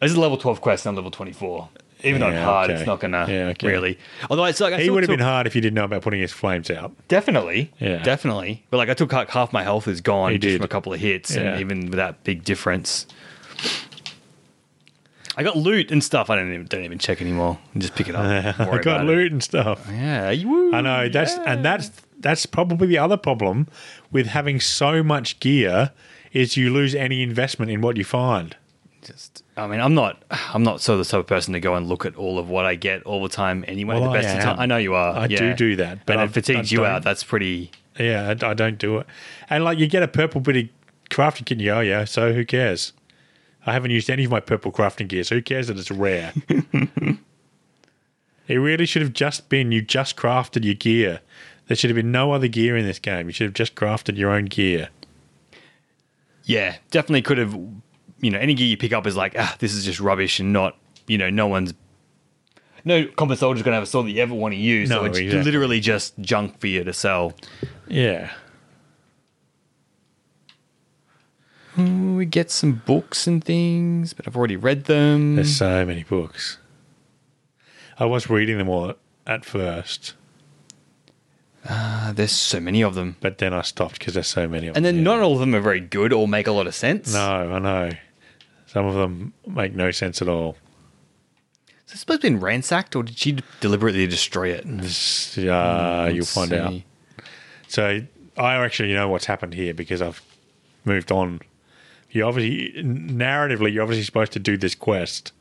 This is a level 12 quest, not level 24. Even though it's
Yeah,
hard,
okay.
it's not gonna
Yeah, okay.
really. Although it's like I
He
still
would have
took-
been hard if you didn't know about putting his flames out.
Definitely.
Yeah.
Definitely. But like I took like half my health is gone
He
just from a
did.
couple of hits
Yeah.
and even with that big difference. I got loot and stuff. I don't even, don't even check anymore. Just pick it up. Don't
I
worry
got
about
loot and stuff.
It. Yeah. you- woo,
I know that's
yeah.
and that's that's probably the other problem with having so much gear is you lose any investment in what you find.
just I mean, I'm not I'm not sort of the type of person to go and look at all of what I get all the time anyway.
Well,
the
I
best of
am.
time. I know you are.
I do
yeah.
do that, but
and
I've-
it fatigues
I
you
don't-
out. That's pretty
Yeah, I, I don't do it. And like you get a purple bit of crafting kit, and you go, oh yeah, so who cares? I haven't used any of my purple crafting gear, so who cares that it's rare? it really should have just been you just crafted your gear. There should have been no other gear in this game. You should have just crafted your own gear.
Yeah, definitely could have. You know, any gear you pick up is like, ah, this is just rubbish, and not, you know, no one's, no combat soldier's going to have a sword that you ever want to use. so
No,
it's
exactly.
literally just junk for you to sell.
Yeah.
Mm, We get some books and things, but I've already read them.
There's so many books. I was reading them all at first,
Ah, there's so many of them,
but then I stopped because there's so many of
and
them.
then
yeah.
not all of them are very good or make a lot of sense.
No, I know. Some of them make no sense at all.
Is this supposed to been ransacked, or did she deliberately destroy it?
This, uh,
Mm,
you'll
Let's
find out.
see.
So I actually know what's happened here because I've moved on. You obviously narratively, you're obviously supposed to do this quest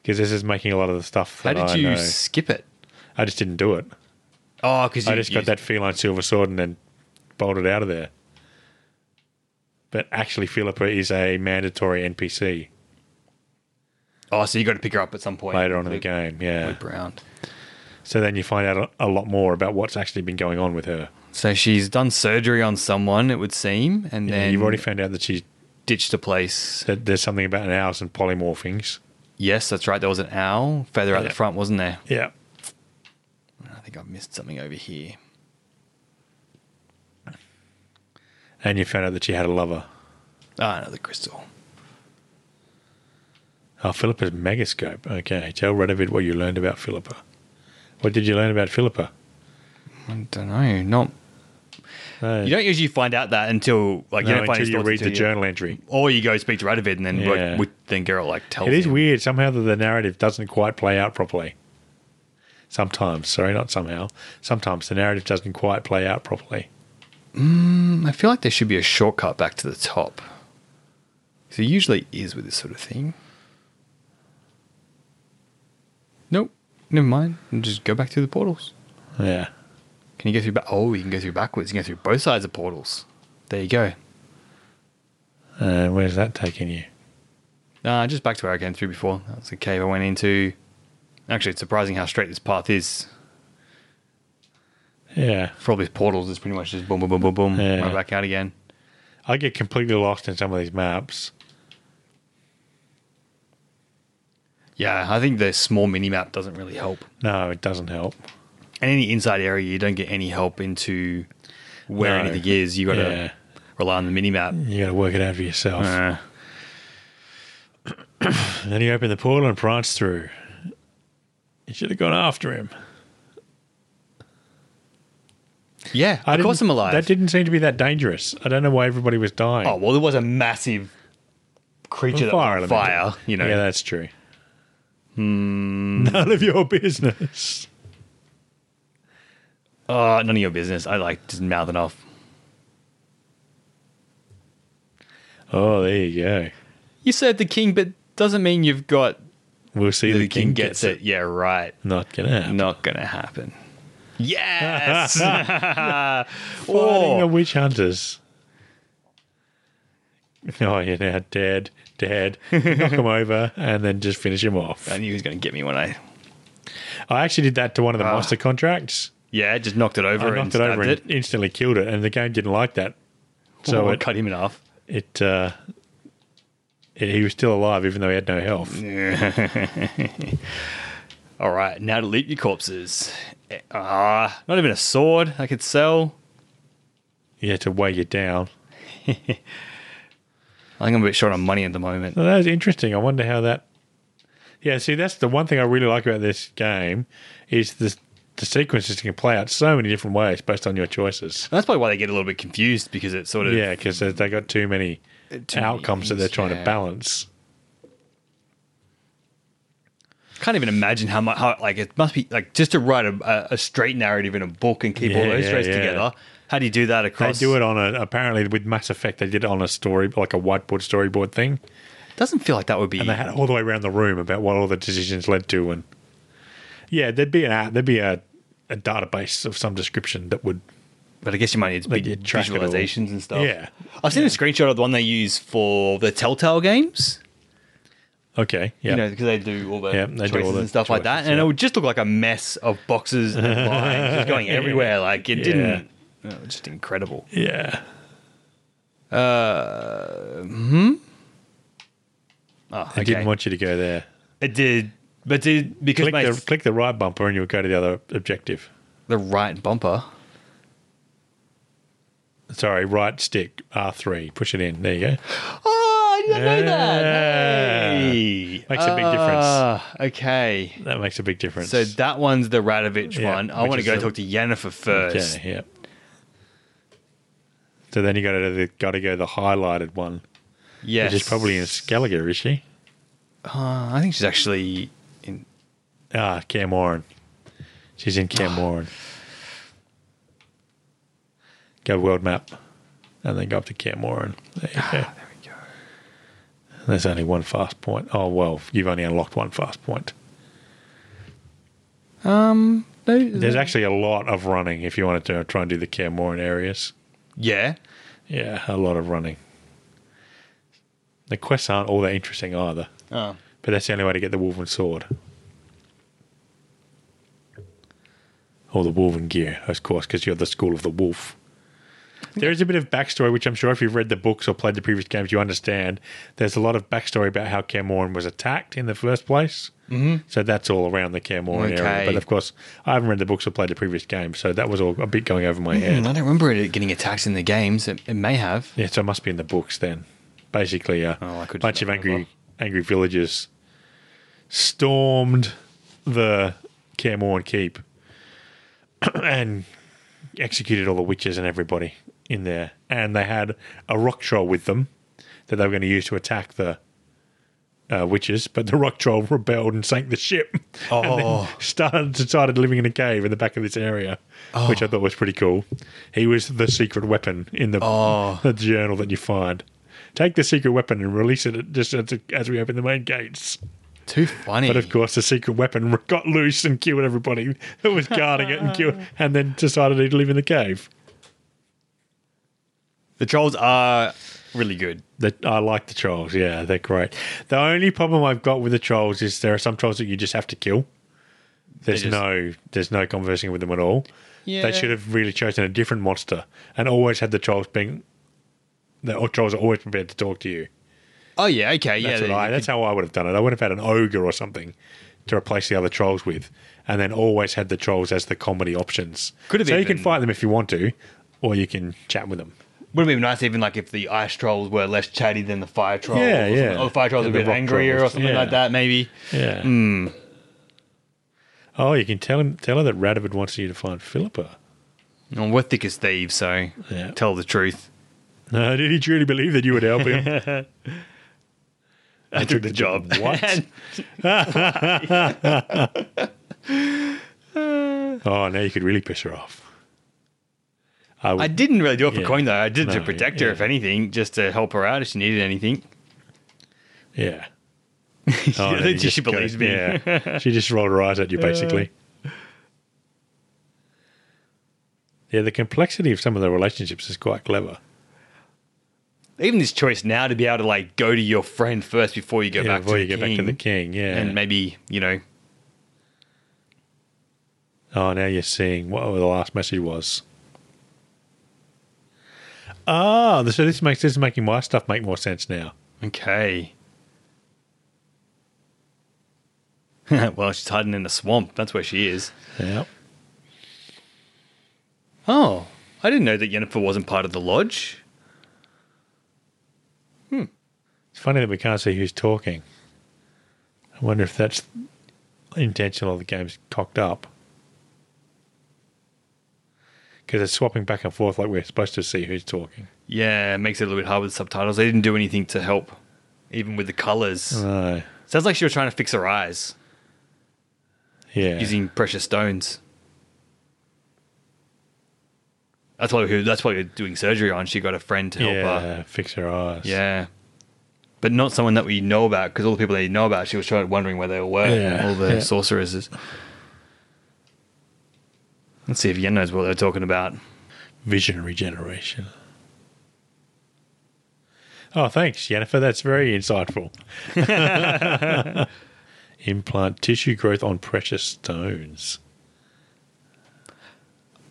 because this is making a lot of the stuff.
How
That
did
I
you
know.
skip it?
I just didn't do it.
Oh, because
I just got that feline silver sword and then bolted out of there. But actually, Philippa is a mandatory NPC
Oh, so you got to pick her up at some point
later on in the
Luke-
game. Yeah.
Luke Brown.
So then you find out a a lot more about what's actually been going on with her.
So she's done surgery on someone, it would seem, and
And
then
you've already found out that she's
ditched the place.
that there's something about an house and polymorphings.
Yes, that's right. There was an owl feather out
Yeah.
the front, wasn't there?
Yeah.
I think I've missed something over here.
And you found out that she had a lover.
Ah, another crystal.
Oh, Philippa's megascope. Okay. Tell Radovid what you learned about Philippa. What did you learn about Philippa?
I don't know. Not
Uh,
you don't usually find out that until like you
no,
don't find
until
his
you
thoughts
read the
until you-
journal entry.
or you go speak to Radovid and then like,
Yeah.
we- then Geralt like tells
It is
him.
weird somehow that the narrative doesn't quite play out properly. Sometimes, sorry, not somehow. Sometimes the narrative doesn't quite play out properly.
I feel like there should be a shortcut back to the top. So it usually is with this sort of thing. Nope. Never mind. Just go back through the portals.
Yeah.
Can you go through? Ba- oh, you can go through backwards. You can go through both sides of portals. There you go.
Uh, where's that taking you?
Nah, just back to where I came through before. That was the cave I went into. Actually, it's surprising how straight this path is.
Yeah.
For all these portals, it's pretty much just boom, boom, boom, boom, boom,
Yeah.
right back out again.
I get completely lost in some of these maps.
Yeah, I think the small mini map doesn't really help.
No, it doesn't help.
And any inside area, you don't get any help into where
No.
anything is. You got to
Yeah.
rely on the mini map.
You got to work it out for yourself.
Uh,
And then you open the portal and prance through. You should have gone after him.
yeah, of course I'm
didn't-
alive.
That didn't seem to be that dangerous. I don't know why everybody was dying.
oh well, there was a massive creature fire, that
element.
fire. You know,
Yeah, that's true. Hmm. None of your business.
Uh, none of your business. I like just mouthing off.
Oh, there you go.
You served the king, but doesn't mean you've got
We'll see.
the, king, gets, it. Yeah, right.
Not gonna happen.
Not gonna happen. Yes.
Fighting the
oh,
witch hunters. Oh, you're now dead, dead. Knock him over and then just finish him off.
I knew he was gonna get me when I.
I actually did that to one of the
Ah.
master contracts.
Yeah, just knocked it over
I
and
knocked it
stabbed
over
it.
and instantly killed it, and the game didn't like that. So
So I
it,
cut him in half.
it, uh, it he was still alive even though he had no health.
All right, now to loot your corpses. Eh, Ah, not even a sword I could sell.
You had to weigh you down.
I think I'm a bit short on money at the moment.
Well, that was interesting. I wonder how that. Yeah, see, that's the one thing I really like about this game is the the sequences can play out so many different ways based on your choices.
That's probably why they get a little bit confused because it's sort of
Yeah, because they they got too many
too many
outcomes that they're
things,
trying to
yeah.
balance.
can't even imagine how much how like it must be like just to write a, a, a straight narrative in a book and keep all
Yeah,
those
yeah,
threads
yeah.
together. How do you do that
They
across?
do it on a apparently with Mass Effect. They did it on a story like a whiteboard storyboard thing.
Doesn't feel like that would be.
And they had it all the way around the room about what all the decisions led to, and yeah, there'd be an app, there'd be a, a database of some description that would
but I guess you might need to
Like,
be
you track it all.
visualizations and stuff.
Yeah.
I've seen a screenshot of the one they use for the Telltale games.
okay, yeah,
You know, because they do all the
Yeah, they do all
choices
the
and stuff like that,
choices,
and it
yeah.
would just look like a mess of boxes and lines just going everywhere. Like it
Yeah.
didn't. It was just incredible.
yeah.
Oh,
I
okay.
didn't want you to go there.
it did, but did because
click
mate,
the click the right bumper and you'll go to the other objective.
the right bumper.
Sorry, right stick R three. Push it in. There you go.
Oh, I didn't know that.
Yeah.
Hey.
Makes a big difference.
Ah, Okay.
That makes a big difference.
So that one's the Radovich
Yeah,
one. I
which
want to
is
go
the-
talk to Yennefer first.
yeah, yeah. So then you got to got to go the highlighted one,
Yes. Ah,
which is probably in Skellige, is she?
Uh, I think she's actually in
Ah, Camoran. She's in Camoran. go world map, and then go up to Camoran. There you go.
oh, There we go.
There's only one fast point. Oh well, you've only unlocked one fast point.
Um, no, is
There's
there-
actually a lot of running if you wanted to try and do the Camoran areas.
yeah.
Yeah, a lot of running. The quests aren't all that interesting either,
Oh,
but that's the only way to get the Wolven sword. Or the Wolven gear, of course, because you're the school of the wolf. There is a bit of backstory, which I'm sure if you've read the books or played the previous games, you understand. There's a lot of backstory about how Camoran was attacked in the first place. Mm-hmm. So that's all around the Camoran
Okay.
area. But of course, I haven't read the books or played the previous game, so that was all a bit going over my head.
Hmm, I don't remember it getting attacked in the games. It, it may have.
Yeah, so it must be in the books then. Basically, a
Oh, I could
bunch of
not
angry
remember.
angry villagers stormed the Caermorn keep and executed all the witches and everybody in there. And they had a rock troll with them that they were going to use to attack the uh, witches, but the rock troll rebelled and sank the ship. And
Oh.
then started decided living in a cave in the back of this area,
Oh.
which I thought was pretty cool. He was the secret weapon in the,
Oh.
the journal that you find. Take the secret weapon and release it just as, as we open the main gates.
Too funny.
But of course, the secret weapon got loose and killed everybody that was guarding it, and killed, and then decided he'd live in the cave.
the trolls are really good.
The, I like the trolls. Yeah, they're great. The only problem I've got with the trolls is there are some trolls that you just have to kill. There's
just-
no there's no conversing with them at all.
Yeah.
They should have really chosen a different monster and always had the trolls being the or- trolls are always prepared to talk to you.
Oh yeah. Okay.
That's
yeah.
what I,
they-
that's how I would have done it. I would have had an ogre or something to replace the other trolls with, and then always had the trolls as the comedy options.
Could have
so you
even-
can fight them if you want to, or you can chat with them.
Would have been nice even like if the ice trolls were less chatty than the fire trolls.
Yeah,
or something.
yeah.
Or the fire trolls
And
were a
the
bit
rock
angrier or
trolls.
something
Yeah.
like that. Maybe.
Yeah.
Hmm.
Oh, you can tell him tell her that Radovid wants you to find Philippa.
Well, we're thick as thieves, so
Yeah.
tell the truth.
No, did he truly believe that you would help him?
I, took, the job.
What? oh, now you could really piss her off. I would,
I didn't really do it for
Yeah.
coin though. I did it to
No,
protect her,
yeah.
if anything, just to help her out if she needed anything.
yeah.
I
Oh, no,
think
you
she
just
believes
go-
me.
Yeah. she just rolled her eyes at you, basically. Yeah, the complexity of some of the relationships is quite clever.
Even this choice now to be able to like go to your friend first before you go
Yeah,
back
before
to
you
the
get back to
king,
the king, yeah.
and maybe you know
Oh, now you're seeing what the last message was. Ah, th- so this makes this is making my stuff make more sense now.
Okay. well, she's hiding in the swamp. That's where she is.
Yeah.
Oh, I didn't know that Yennefer wasn't part of the lodge.
It's funny that we can't see who's talking. I wonder if that's intentional. The game's cocked up because it's swapping back and forth like we're supposed to see who's talking.
Yeah, it makes it a little bit hard with the subtitles. They didn't do anything to help, even with the colors.
No.
Sounds like she was trying to fix her eyes
Yeah.
using precious stones. That's why we, that's why we we're doing surgery on. She got a friend to help her.
yeah. Fix her eyes.
Yeah. But not someone that we know about, because all the people that you know about, she was trying wondering where they all were.
Yeah,
All the
yeah.
sorceresses. Let's see if Yen knows what they're talking about.
Visionary generation. Oh, thanks, Jennifer. That's very insightful. Implant tissue growth on precious stones.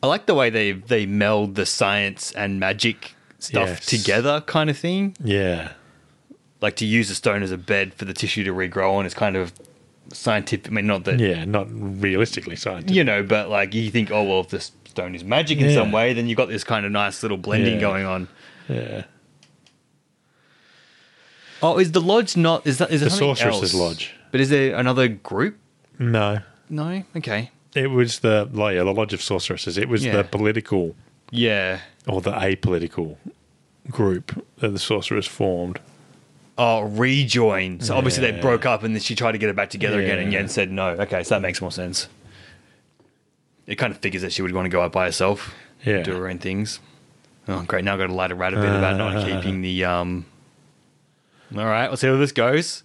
I like the way they they meld the science and magic stuff
Yes.
together, kind of thing.
Yeah.
Like to use a stone as a bed for the tissue to regrow on is kind of scientific. I mean, not that
Yeah, not realistically scientific.
you know, but like you think, oh well, if this stone is magic in
Yeah.
some way, then you've got this kind of nice little blending
Yeah.
going on.
Yeah.
Oh, is the lodge not? Is that is there
The
something else?
Sorceress's Lodge.
But is there another group?
No.
No. Okay.
It was the like, yeah, the Lodge of Sorceresses. It was
Yeah.
the political
Yeah.
or the apolitical group that the sorceress formed.
oh, rejoin. So obviously they broke up and then she tried to get it back together again and
Yeah.
Yen said no. Okay, so that makes more sense. It kind of figures that she would want to go out by herself,
Yeah.
do her own things. Oh, great. Now I've got to lie to Rat a bit about not keeping the. um All right, let's see how this goes.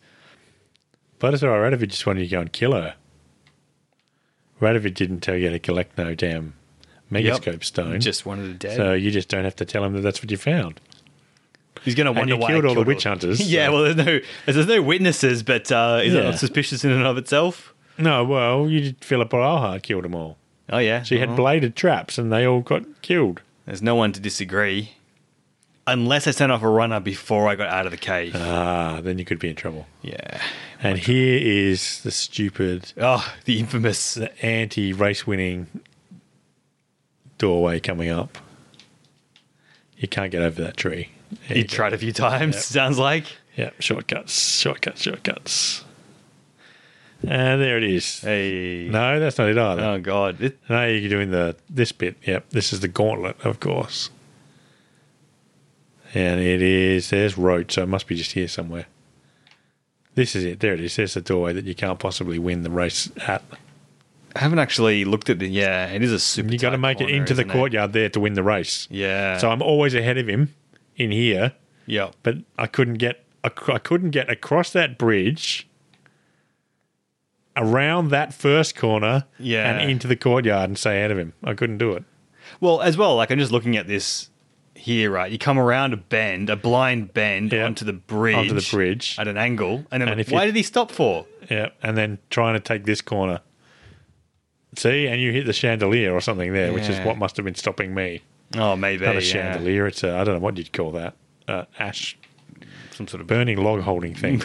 But it's all right. Radovid just wanted you to go and kill her. Radovid didn't tell you to collect no damn
Yep.
megascope stone.
Just wanted it dead.
so you just don't have to tell him that that's what you found.
He's going to wonder
you
why I
killed all the witch hunters,
yeah,
so-
well, there's no there's no witnesses, but uh, is that
Yeah.
not suspicious in and of itself?
No, well, you did Philip Alhart killed them all.
Oh yeah,
She had bladed traps and they all got killed.
There's no one to disagree, unless I sent off a runner before I got out of the cave.
Ah, then you could be in trouble.
yeah.
And here is the stupid,
Oh, the infamous.
the anti race winning doorway coming up. You can't get over that tree. There
He
you go.
tried a few times. Sounds like.
Yeah, shortcuts, shortcuts, shortcuts. And there it is.
Hey.
No, that's not it either.
Oh God. It,
Now you're doing the this bit. Yep, this is the gauntlet, of course. And it is there's road, so it must be just here somewhere. This is it. There it is. There's the doorway that you can't possibly win the race at.
I haven't actually looked at the. Yeah, it is a super.
You got to
tight
make it
corner,
into the
isn't
courtyard there to win the race.
Yeah.
So I'm always ahead of him in here,
yeah.
but I couldn't get ac- I couldn't get across that bridge, around that first corner,
Yeah.
and into the courtyard and stay ahead of him. I couldn't do it.
Well, as well, like I'm just looking at this here, right? You come around a bend, a blind bend
Yeah.
onto the bridge,
Onto the bridge.
at an angle, and, then
And if
why
you-
did he stop for?
Yeah, and then trying to take this corner. See, and you hit the chandelier or something there, which is
Yeah.
what must have been stopping me.
Oh, maybe
Not a
yeah.
chandelier; it's a I don't know what you'd call that uh, ash
some sort of.
burning log holding thing.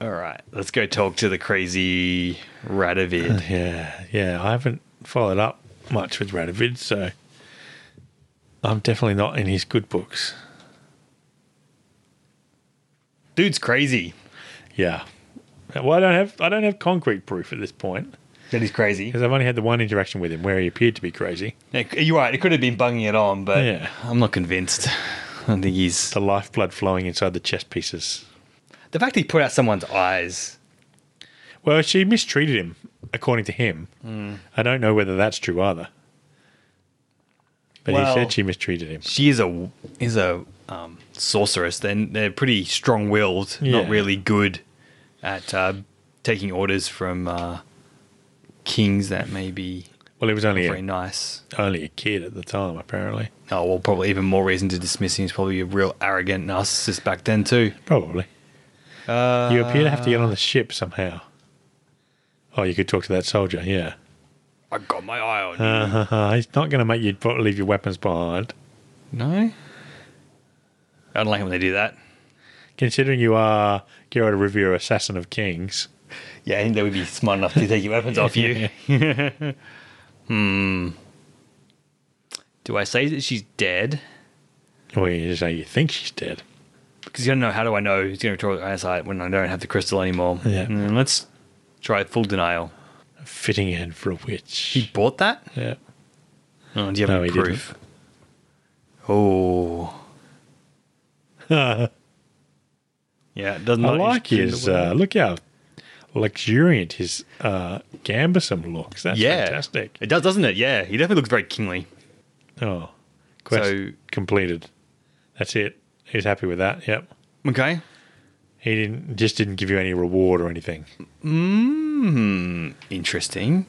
All right, let's go talk to the crazy Radovid.
yeah, yeah. I haven't followed up much with Radovid, so I'm definitely not in his good books.
Dude's crazy.
Yeah. Well, I don't have I don't have concrete proof at this point
That he's crazy.
because I've only had the one interaction with him where he appeared to be crazy.
Yeah, You're right. It could have been bunging it on, but
Yeah.
I'm not convinced. I don't think he's
The lifeblood flowing inside the chest pieces.
the fact he put out someone's eyes.
Well, she mistreated him, according to him. I don't know whether that's true either. But
Well-
he said she mistreated him.
She is a is a um, sorceress. Then they're pretty strong willed.
Yeah.
Not really good at uh, taking orders from uh, kings. That may be
Well, he was only
very
a,
nice.
only a kid at the time, apparently.
Oh well, probably even more reason to dismiss him. He's probably a real arrogant narcissist back then too.
Probably. you appear to have to get on the ship somehow. Oh, you could talk to that soldier, yeah.
I got my eye on you.
Uh, he's not going to make you pro- leave your weapons behind.
no, I don't like it when they do that.
Considering you are Gerard of Rivia, Assassin of Kings.
Yeah, I think they would be smart enough to take your weapons off you. hmm. Do I say that she's dead?
Well, you just say you think she's dead.
Because you don't know. How do I know who's going to control the eyesight when I don't have the crystal anymore?
Yeah.
Mm, let's try full denial.
A fitting end for a witch.
He bought that?
yeah.
Oh, do you have
No,
any
he didn't.
proof? Oh. yeah, it does
I
not.
like his uh, look how luxuriant his uh, gambersome looks. That's
yeah,
uh, fantastic.
It does, doesn't it? Yeah, he definitely looks very kingly.
Oh, quest
So-
completed. That's it. He's happy with that. Yep.
Okay.
He didn't just didn't give you any reward or anything.
Hmm. Interesting.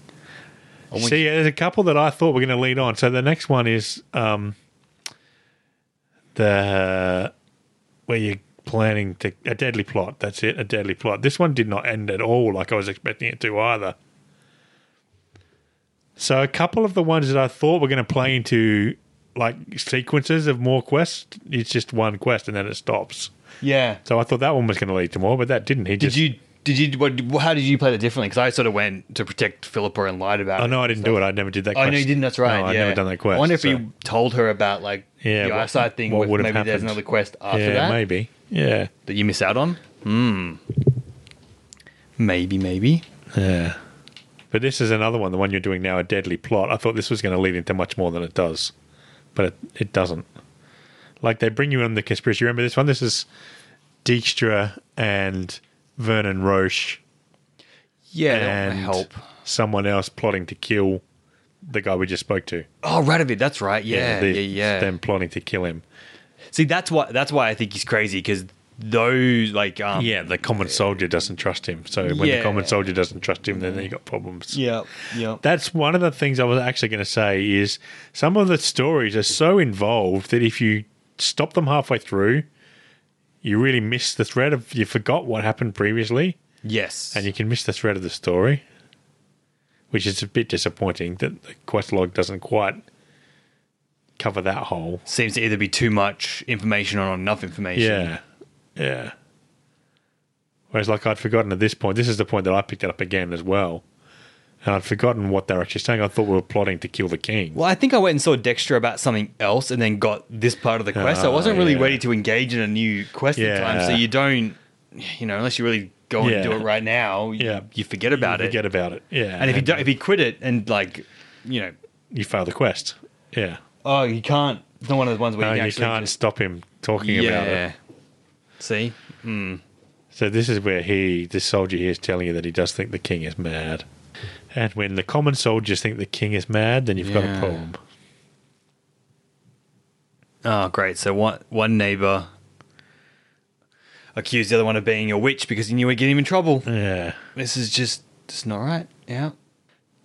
I want-
See, there's a couple that I thought were going to lead on. So the next one is um, the where you're planning to a deadly plot. That's it, a deadly plot. This one did not end at all like I was expecting it to either. So a couple of the ones that I thought were going to play into like sequences of more quests, it's just one quest and then it stops.
Yeah.
So I thought that one was going to lead to more, but that didn't. He
Did
just
you? Did you? What, how did you play that differently? Because I sort of went to protect Philippa and lied about.
Oh
it.
no, I didn't do it. I never did that.
Oh
quest.
no, you didn't. That's right.
No, I'd
yeah.
never done that quest.
I wonder if
so-
you told her about like
Yeah,
the
what-
eyesight thing.
what
With,
would
maybe
have
there's
happened?
another quest after
yeah,
that
maybe. Yeah.
that you miss out on. Hmm. Maybe, maybe.
Yeah. But this is another one, the one you're doing now, a deadly plot. I thought this was going to lead into much more than it does, but it, it doesn't. Like they bring you in on the conspiracy. Remember this one? This is Dijkstra and Vernon Roche
Yeah, they
and
don't want to help.
someone else plotting to kill the guy we just spoke to.
Oh, Radovid, that's right. Yeah,
the-
yeah, yeah.
Them plotting to kill him.
See, that's why that's why I think he's crazy because those like um,
Yeah, the common soldier doesn't trust him. So when the
Yeah.
common soldier doesn't trust him, then you got problems.
yeah, yeah.
That's one of the things I was actually going to say is some of the stories are so involved that if you stop them halfway through, you really miss the thread of you forgot what happened previously,
yes,
and you can miss the thread of the story, which is a bit disappointing that the quest log doesn't quite cover that whole.
seems to either be too much information or not enough information.
Yeah. Yeah. Whereas, like, I'd forgotten at this point, this is the point that I picked it up again as well. And I'd forgotten what they were actually saying. I thought we were plotting to kill the king.
Well, I think I went and saw Dexter about something else, and then got this part of the quest. I
Ah,
wasn't really
yeah.
ready to engage in a new quest at the time, so
Yeah.
you don't, you know, unless you really go
Yeah.
and do it right now, you,
Yeah.
you forget about
you
it.
forget about it. Yeah.
and if you don't, if you quit it and like, you know,
you fail the quest. Yeah.
oh, you can't. It's not one of those ones where
No,
you
you,
can actually
can't
just-
stop him talking about
yeah.
it.
See,
So this is where he, this soldier here, is telling you that he does think the king is mad. And when the common soldiers think the king is mad, then you've got a
Yeah.
problem.
Oh, great. So one one neighbor accused the other one of being a witch because he knew he'd get him in trouble.
Yeah.
This is just just not right. Yeah.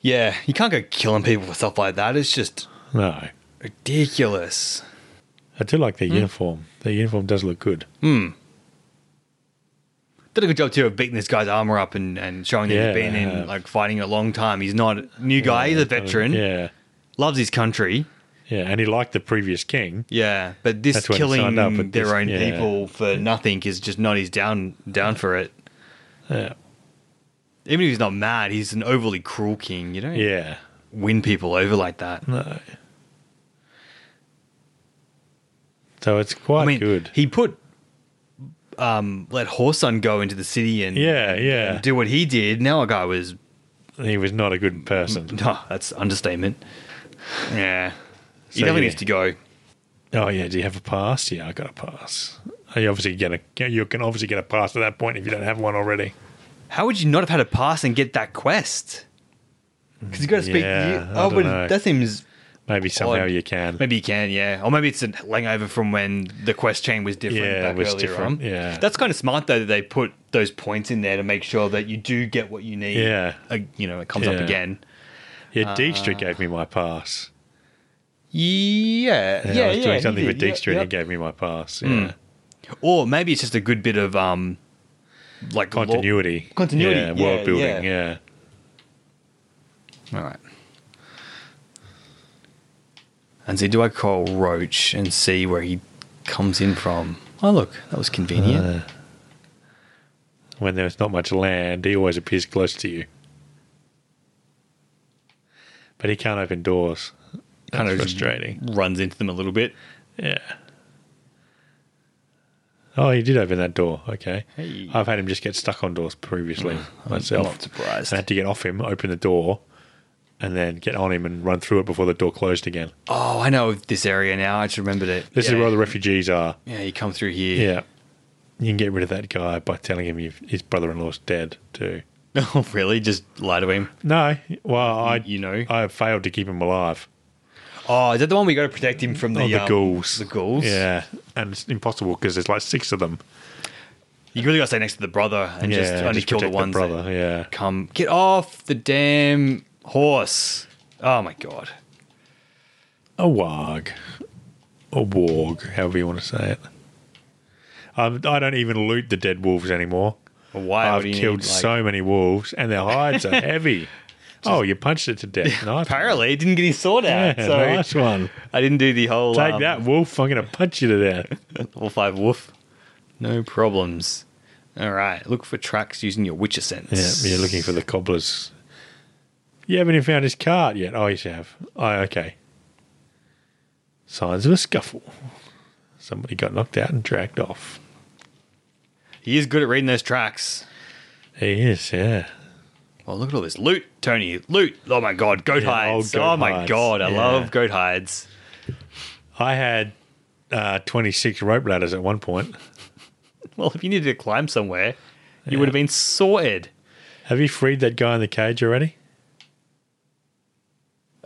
Yeah, you can't go killing people for stuff like that. It's just
No.
ridiculous.
I do like
Hmm?
their uniform. Their uniform does look good.
Did a good job too of beating this guy's armor up and, and showing that
Yeah,
he's been
they have.
in like fighting a long time. He's not a new guy, he's a veteran.
Yeah.
Loves his country.
Yeah, and he liked the previous king.
Yeah. But this
That's when he
killing
signed up with
their
this-
own
yeah.
people for nothing is just not his down down for it.
Yeah.
Even if he's not mad, he's an overly cruel king, you know?
Yeah.
win people over like that.
No. So it's quite
I mean,
good.
he put um, let Horsun go into the city and
yeah, yeah.
and do what he did. Now a guy was
He was not a good person.
no, that's understatement. Yeah, he
So,
definitely
yeah.
needs to go.
Oh yeah, do you have a pass? Yeah, I got a pass. You obviously get a you can obviously get a pass at that point if you don't have one already.
How would you not have had a pass and get that quest? Because you got to speak.
Yeah,
you,
I
oh,
don't
but
know.
that seems
Maybe somehow
Odd.
you can.
maybe you can. Yeah, or maybe it's a hangover from when the quest chain was different.
Yeah, it
back
was
earlier
different,
on.
yeah.
that's kind of smart though that they put those points in there to make sure that you do get what you need.
Yeah.
uh, you know, it comes up
Yeah.
again.
Yeah, Dijkstra
Ah.
gave me my pass.
Yeah, yeah, yeah.
I was doing
he
something
did,
with
yeah,
Dijkstra
yeah. Hmm.
and he gave me my pass. Yeah.
Or maybe it's just a good bit of um, like law-
Continuity.
Continuity,
Yeah,
yeah,
world
yeah.
building, yeah.
All right. And see, do I call Roach and see where he comes in from? Oh, look, that was convenient.
Uh, when there's not much land, he always appears close to you. But he can't open doors. That's
Kinda just
frustrating.
Runs into them a little bit.
Yeah. Oh, he did open that door. Okay.
Hey.
I've had him just get stuck on doors previously myself.
not surprised.
I had to get off him, open the door, and then get on him and run through it before the door closed again.
Oh, I know this area now. I just remembered it.
This
yeah.
is where the refugees are.
yeah, you come through here.
Yeah. You can get rid of that guy by telling him you've, his brother in law's dead, too.
oh, really? Just lie to him.
No, well, I
you know.
I failed to keep him alive.
Oh, is that the one we got to protect him from the,
Oh, the
um,
ghouls,
The ghouls.
yeah, and it's impossible because there's like six of them.
You really got to stay next to the brother and
yeah,
just only kill the
protect
ones. that-
brother. yeah,
come get off the damn horse. Oh my god.
a warg, a warg, however you want to say it. Um, I don't even loot the dead wolves anymore.
Why
I've
would he
killed
need, like-
so many wolves, and their hides are heavy. oh, you punched it to death. Nice one.
Apparently, he didn't get his sword
Yeah,
out. so
nice one.
I didn't do the whole
Take
um,
that wolf. I'm going to punch you to death.
all five woof. No problems. All right, look for tracks using your witcher sense.
Yeah, you're looking for the cobbler's. You haven't even found his cart yet. Oh, yes, you have. Oh, okay. Signs of a scuffle. Somebody got knocked out and dragged off.
He is good at reading those tracks.
He is, yeah.
Well, look at all this loot, Tony. Loot. Oh my god, goat
Yeah, old
hides.
goat
oh my
hides.
god, I
Yeah.
love goat hides.
I had uh, 26 rope ladders at one point.
Well, if you needed to climb somewhere, you would have been sorted.
Have you freed that guy in the cage already?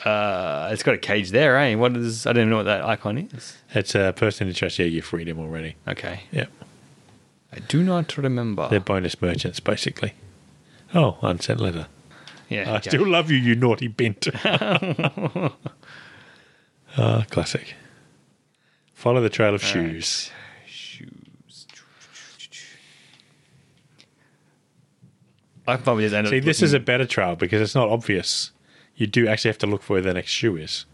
Uh, it's got a cage there, eh? What is? I don't even know what that icon is.
It's a person in trash. Yeah, you freed him already.
Okay,
Yep.
I do not remember.
They're bonus merchants, basically. Oh, unsent letter.
yeah,
I
okay.
still love you, you naughty bint. Ah, classic. Follow the trail of shoes.
shoes. I can probably just end
See,
up.
this is a better trail because it's not obvious. You do actually have to look for where the next shoe is.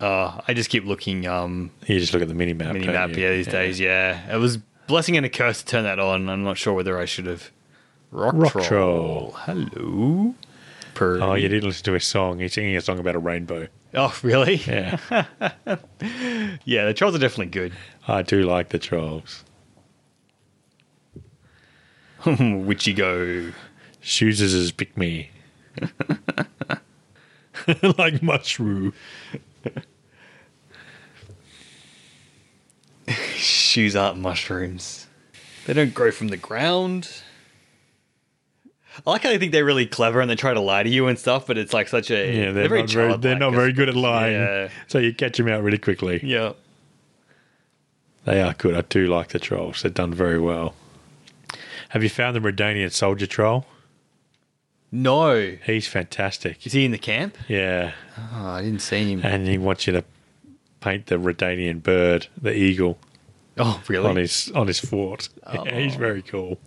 a. Uh, I just keep looking um,
You just look at the mini map.
mini map yeah these days. Yeah, it was blessing and a curse to turn that on. I'm not sure whether I should have. Rock,
Rock
troll.
Troll.
Hello. Purr.
Oh, you didn't listen to his song. He's singing a song about a rainbow.
Oh, really?
Yeah,
Yeah, the trolls are definitely good.
I do like the trolls.
Witchy go.
Shoes is his pick me. like mushroom.
Shoes aren't mushrooms. They don't grow from the ground. I like how they think they're really clever and they try to lie to you and stuff, but it's like such a
Yeah, they're, not very, they're
childlike,
not very
I
good at lying.
Yeah.
So you catch them out really quickly.
suppose. Yeah.
They are good. I do like the trolls. They're done very well. Have you found the Redanian soldier troll?
No. Is
He's fantastic.
he in the camp?
Yeah.
Oh, I didn't see him.
And he wants you to paint the Redanian bird, the eagle,
Oh,
on
really?
his on his fort. Yeah, he's very cool.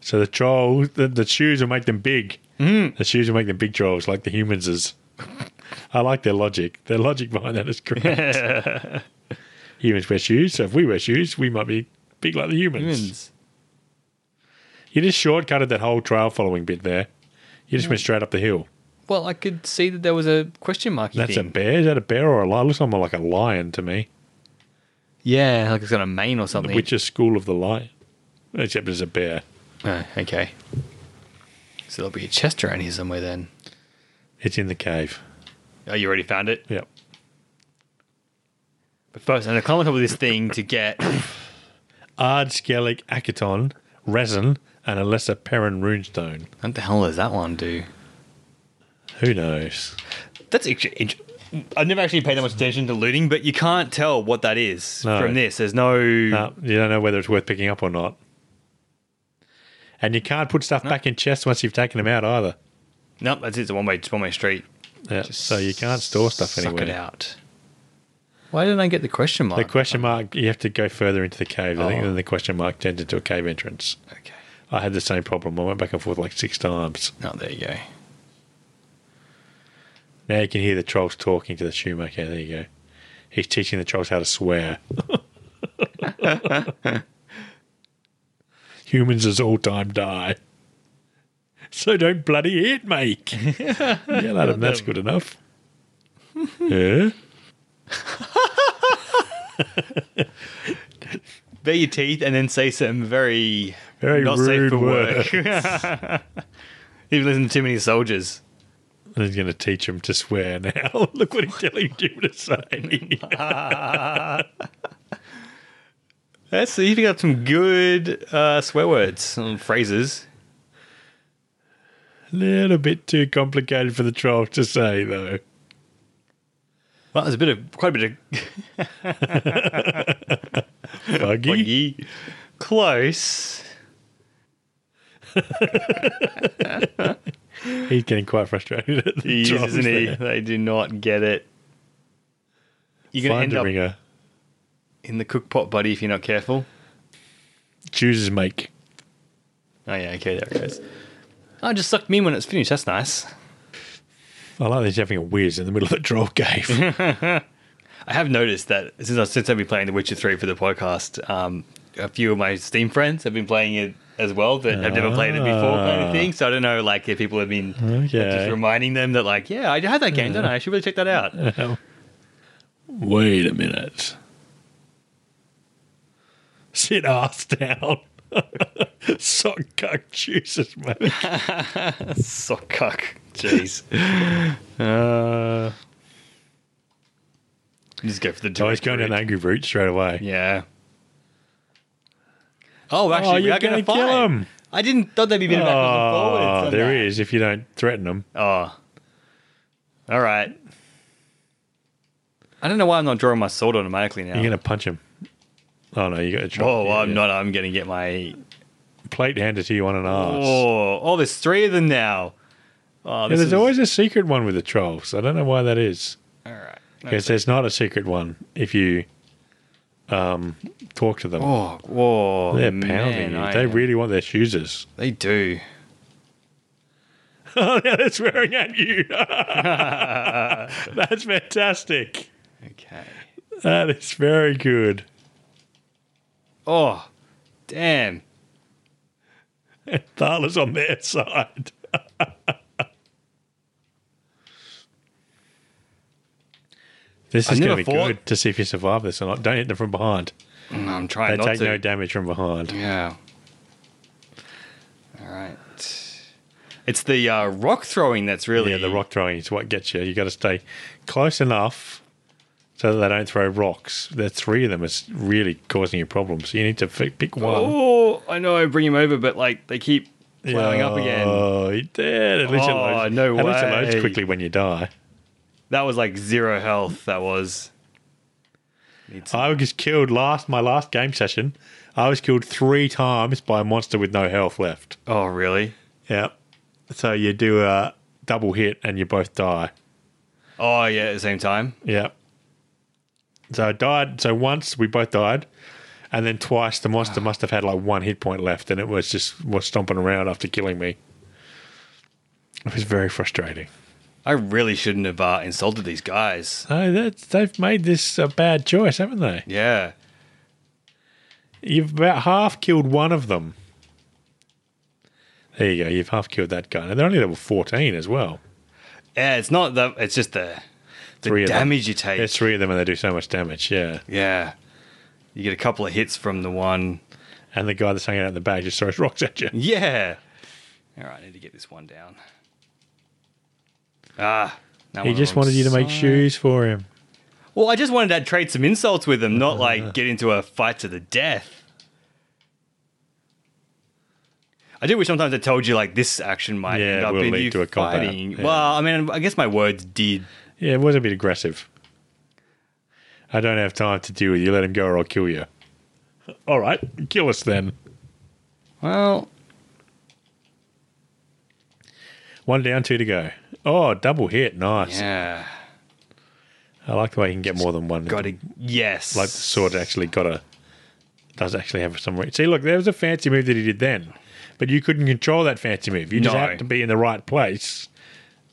So the trolls, the, the shoes will make them big. Mm. The shoes will make them big trolls, like the humans is. I like their logic. Their logic behind that is great. humans wear shoes, so if we wear shoes, we might be big like the humans.
Humans.
You just shortcutted that whole trail following bit there. You just went straight up the hill.
Well, I could see that there was a question mark.
That's a
thing.
bear. Is that a bear or a lion? Looks more like a lion to me.
yeah, like it's got a mane or
The
something.
Witcher School of the Lion. Except it's a bear.
Oh, okay. So there'll be a chest around here somewhere then.
It's in the cave.
Oh, you already found it?
Yep.
But first, I'm going to climb on top of this thing to get.
Ardskelic Akaton, Resin, and a lesser Perrin runestone.
What the hell does that one do?
Who knows?
That's actually. int- I've never actually paid that much attention to looting, but you can't tell what that is
No.
from this. There's no.
Uh, you don't know whether it's worth picking up or not. And you can't put stuff back in chests once you've taken them out either.
Nope, that's it. It's a one way, one way street.
Yeah. So you can't store stuff
Suck it
anywhere.
out. Why didn't I get the question mark?
The question mark, you have to go further into the cave. I think
Oh.
then the question mark turned into a cave entrance.
okay.
I had the same problem. I went back and forth like six times.
Oh, there you go.
Now you can hear the trolls talking to the shoemaker. There you go. He's teaching the trolls how to swear. Humans is all time die. So don't bloody hit, mate. Yell at him. That's good enough. yeah.
Bare your teeth and then say some very.
Very
not
rude
safe for
words.
work. You've listened to too many soldiers.
And he's going to teach him to swear now. Look what he's telling Jim to say.
That's you've got some good uh, swear words and phrases.
little bit too complicated for the troll to say, though.
Well, there's a bit of quite a bit of
Buggy.
buggy. Close.
He's getting quite frustrated at the
He is,
trolls
isn't he?
there.
They do not get it. You're gonna
Find
end
the
up
ringer.
in the cook pot, buddy, if you're not careful.
Chooses make.
Oh yeah, okay, there it goes. Oh, it just sucked me in when it's finished. That's nice.
I like that he's having a whiz in the middle of the troll cave.
I have noticed that since I since I've been playing The Witcher Three for the podcast, um, a few of my Steam friends have been playing it as well that have never played it before, kind of thing. So I don't know, like if people have been uh, just
okay.
reminding them that, like, yeah, I had that game, don't I? I should really check that out.
Wait a minute. Sit ass down. Sock cuck chooses make.
Sock Uh, cuck. Jeez. Just go for the.
Oh, he's
direct
going down the
route.
angry route straight away.
Yeah. Oh, actually, we
you're
are going to
gonna kill
fight.
him.
I didn't thought there'd be a bit of backwards and
Oh,
forwards.
there is. Ah. If you don't threaten him,
Oh. All right. I don't know why I'm not drawing my sword automatically now.
you're going to punch him. Oh no, you got to try.
Whoa,
yeah,
I'm
yeah.
not. I'm going to get my.
plate handed to you on an arse.
Oh, oh, there's three of them now. Oh,
Yeah,
this
there's
is,
always a secret one with the trolls. I don't know why that is.
All right.
Because there's not a secret one if you um, talk to them.
Oh, whoa.
They're
man,
pounding you.
I
They
am-
really want their choosers.
They do.
oh, yeah, they're swearing at you. That's fantastic.
Okay.
That is very good.
Oh, damn.
Thala's on their side. this
I
is going
never
to be
thought-
good to see if you survive this or not. Don't hit them from behind.
I'm trying
They
not
take
to.
no damage from behind.
Yeah. All right. It's the uh, rock throwing that's really
Yeah, the rock throwing is what gets you. You got to stay close enough so that they don't throw rocks. The three of them is really causing you problems. You need to fi- pick one.
Oh, I know. I bring him over, but like they keep plowing up again.
Oh, you did. At least it
Oh,
loads.
no
at least it loads
way.
quickly when you die.
That was like zero health. That was. Need some-
I was killed last my last game session. I was killed three times by a monster with no health left.
oh, really?
Yeah. So you do a double hit and you both die.
Oh, yeah. At the same time.
Yeah. So I died. So once we both died, and then twice the monster must have had like one hit point left, and it was just was stomping around after killing me. It was very frustrating.
I really shouldn't have uh, insulted these guys.
So that's, they've made this a bad choice, haven't they?
Yeah.
You've about half killed one of them. There you go. You've half killed that guy. And they're only level fourteen as well.
Yeah. It's not that. It's just the the
Three of them.
damage you take.
There's three of them, and they do so much damage. Yeah.
yeah. You get a couple of hits from the one.
And the guy that's hanging out in the bag just throws rocks at you.
Yeah. All right, I need to get this one down. Ah, now
He
I'm
just
on the
wanted you to make
side.
shoes for him.
Well, I just wanted to trade some insults with him, not like get into a fight to the death. I do wish sometimes I told you like this action might
Yeah,
end up
will
in
lead
you
to a combat.
fighting.
Yeah.
Well, I mean, I guess my words did.
Yeah, it was a bit aggressive. I don't have time to deal with you. Let him go or I'll kill you. All right, kill us then.
Well,
One down, two to go. Oh, double hit. Nice.
yeah,
I like the way you can get more than one.
got to yes.
Like the sword actually got a. Does actually have some reach. See, look, there was a fancy move that he did then, but you couldn't control that fancy move. You just
No.
have to be in the right place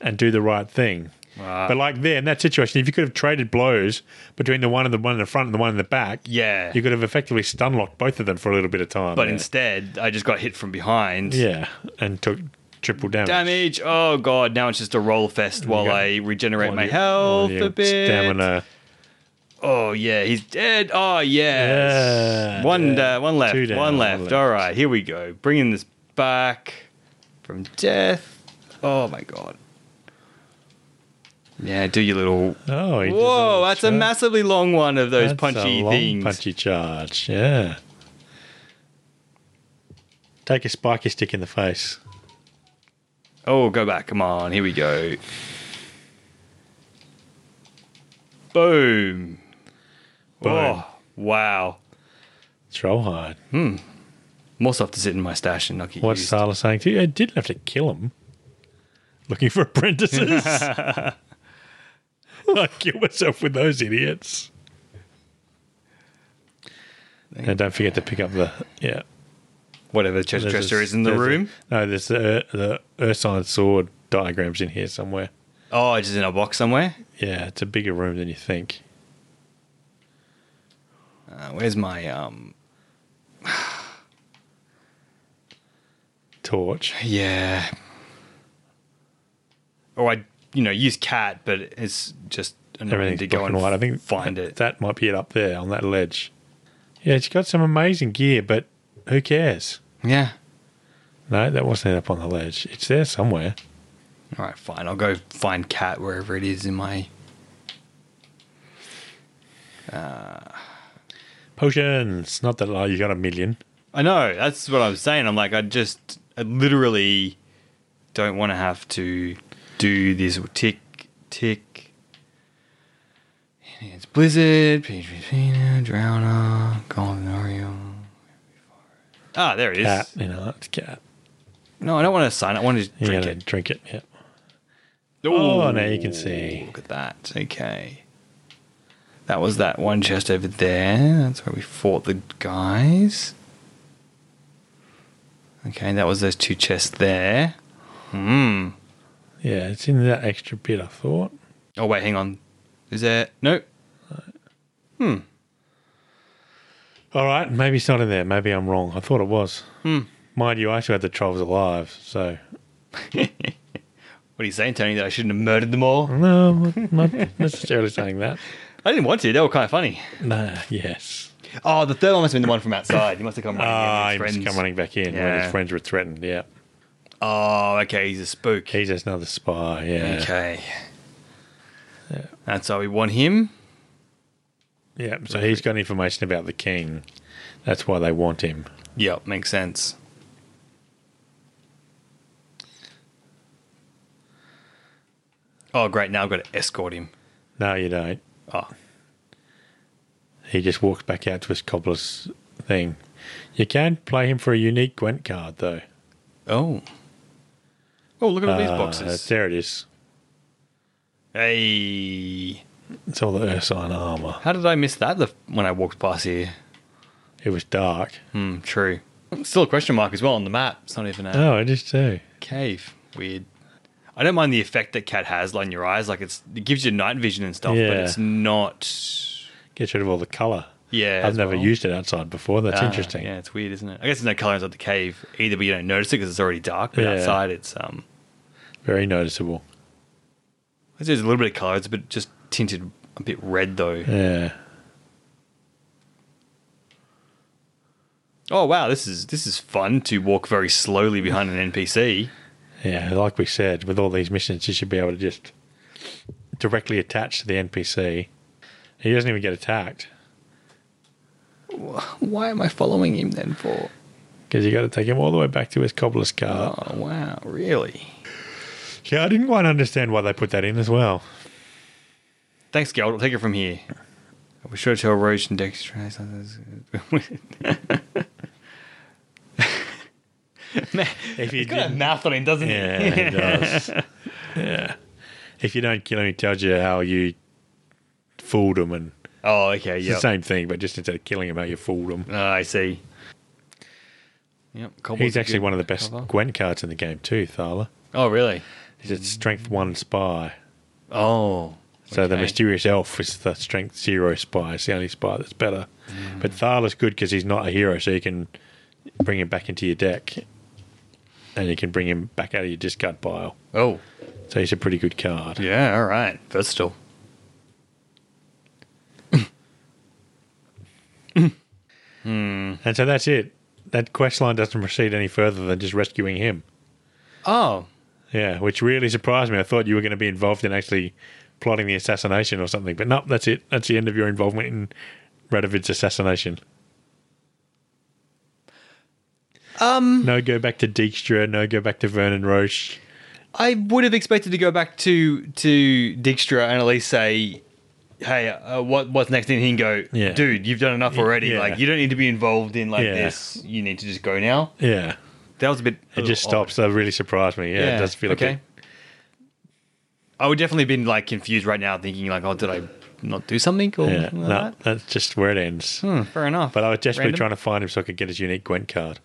and do the right thing.
Wow.
But like there, in that situation, if you could have traded blows between the one in the one in the front and the one in the back,
yeah,
You could have effectively stun locked both of them for a little bit of time.
but
there.
instead I just got hit from behind.
yeah, and took triple damage.
damage. Oh god, now it's just a roll fest while
got-
I regenerate
All
my
your- all
health
your
a bit.
Oh, Stamina.
Oh yeah, he's dead. Oh yes.
Yeah,
one
yeah.
uh, one left.
Two down,
one
one
left.
left.
All right, here we go. Bringing this back from death. Oh my god. Yeah, do your little.
Oh, he did
Whoa,
little
that's a
char-
massively long one of those
that's
punchy
a long
things.
Punchy charge. Yeah. Take a spiky stick in the face.
Oh, go back. Come on. Here we go. Boom. Oh, wow.
Troll hide.
More stuff to sit in my stash and not get
What's
used.
Sala saying to you? I didn't have to kill him. Looking for apprentices. I kill myself with those idiots. And don't forget to pick up the yeah.
Whatever chest
There's
dresser
a-
is in the
there's a-
room.
no, there's the the Ursine sword diagrams in here somewhere.
oh, it's just in a box somewhere.
Yeah, it's a bigger room than you think.
Uh, where's my um?
Torch.
Yeah. Or I, you know, use cat, but it's just annoying
Everything's
to
black
go
and
and
white. I think
find
that,
it.
That might be it up there on that ledge. Yeah, it's got some amazing gear, but who cares?
yeah.
No, that wasn't up on the ledge. It's there somewhere.
All right, fine. I'll go find cat wherever it is in my.
Potions. Not that like, you got a million.
I know. That's what I'm saying. I'm like, I just I literally don't want to have to do this tick, tick. It's Blizzard, Peach Pina, Drowner, Golden Oriole. Ah, there it is.
Cat. You know, that's cat.
No, I don't want to sign. it. I want to
You
drink
gotta
it.
drink it. Yeah. Oh, now you can see.
Look at that. Okay. That was that one chest over there. That's where we fought the guys. Okay, that was those two chests there. Hmm.
Yeah, it's in that extra bit, I thought.
Oh, wait, hang on. Is there. Nope.
All right, maybe it's not in there. Maybe I'm wrong. I thought it was.
Hmm.
Mind you, I actually had the trolls alive, so.
What are you saying, Tony? That I shouldn't have murdered them all?
No, I'm not necessarily saying that.
I didn't want to. They were kind of funny.
No, yes.
Oh, the third one must have been the one from outside. He must have come running.
Ah,
in
he
with his
must come
friends.
running back in when
Yeah.
his friends were threatened, yeah.
Oh, okay. He's a spook.
He's just another spy, yeah.
Okay. That's why we want him.
Yeah, so he's got information about the king. That's why they want him.
Yep, makes sense. Oh, great. Now I've got to escort him.
No, you don't.
Oh,
He just walks back out to his cobbler's thing. You can play him for a unique Gwent card, though.
oh. Oh, look at all these
Ah,
boxes.
There it is.
Hey.
It's all the Ursine armor.
How did I miss that the, when I walked past here?
It was dark.
Hmm, true. Still a question mark as well on the map. It's not even a
Oh, it is too.
cave. Weird. I don't mind the effect that cat has on your eyes. Like it's it gives you night vision and stuff, but
Yeah.
it's not.
Gets rid of all the color.
Yeah,
I've
as
never
well.
used it outside before. That's
Ah,
interesting.
Yeah, it's weird, isn't it? I guess there's no color inside the cave either, but you don't notice it because it's already dark. But
Yeah.
outside, it's um,
Very noticeable.
there's a little bit of color. It's a bit just tinted a bit red though.
Yeah.
Oh wow, this is this is fun to walk very slowly behind an NPC.
Yeah. Like we said, with all these missions, you should be able to just directly attach to the NPC. He doesn't even get attacked
Why am I following him then for?
because you got to take him all the way back to his cobbler's car.
Oh wow, really? Oh.
Yeah, I didn't quite understand why they put that in as well.
Thanks, Geld. I'll take it from here. I'll be sure to tell Roach and Dexter. Man,
If you
he's got a
didn't-
mouth on him, doesn't
Yeah,
he?
he does. Yeah. If you don't kill him, he tells you how you fooled him, and
Oh, okay,
it's
yeah.
the same thing, but just instead of killing him, how you fooled him.
Oh, I see. Yep,
He's actually one of the best Gwen cards in the game too, Thala.
Oh, really?
He's a strength one spy.
Oh,
So the
okay.
mysterious elf is the strength zero spy. It's the only spy that's better.
Mm.
But Thala's good because he's not a hero, so you can bring him back into your deck, and you can bring him back out of your discard pile.
Oh,
So he's a pretty good card.
yeah. All right, versatile.
And so that's it. That quest line doesn't proceed any further than just rescuing him.
Oh,
Yeah, which really surprised me. I thought you were going to be involved in actually plotting the assassination or something, but nope, that's it. That's the end of your involvement in Radovid's assassination. Um, no go back to Dijkstra, no go back to Vernon Roche.
I would have expected to go back to to Dijkstra and at least say, "Hey, uh, what what's next?" And he can go,
Yeah.
"Dude, you've done enough already.
yeah.
Like, you don't need to be involved in like
Yeah.
this. You need to just go now."
Yeah,
That was a bit.
it just stops. That really surprised me. Oh, Yeah, it does feel okay. a bit.
I would definitely been like confused right now, thinking like, "Oh, did I not do something?" Or
Yeah,
something like
no, that's just where it ends.
that? Hmm, fair enough.
But I was desperately
Random.
trying to find him so I could get his unique Gwent card.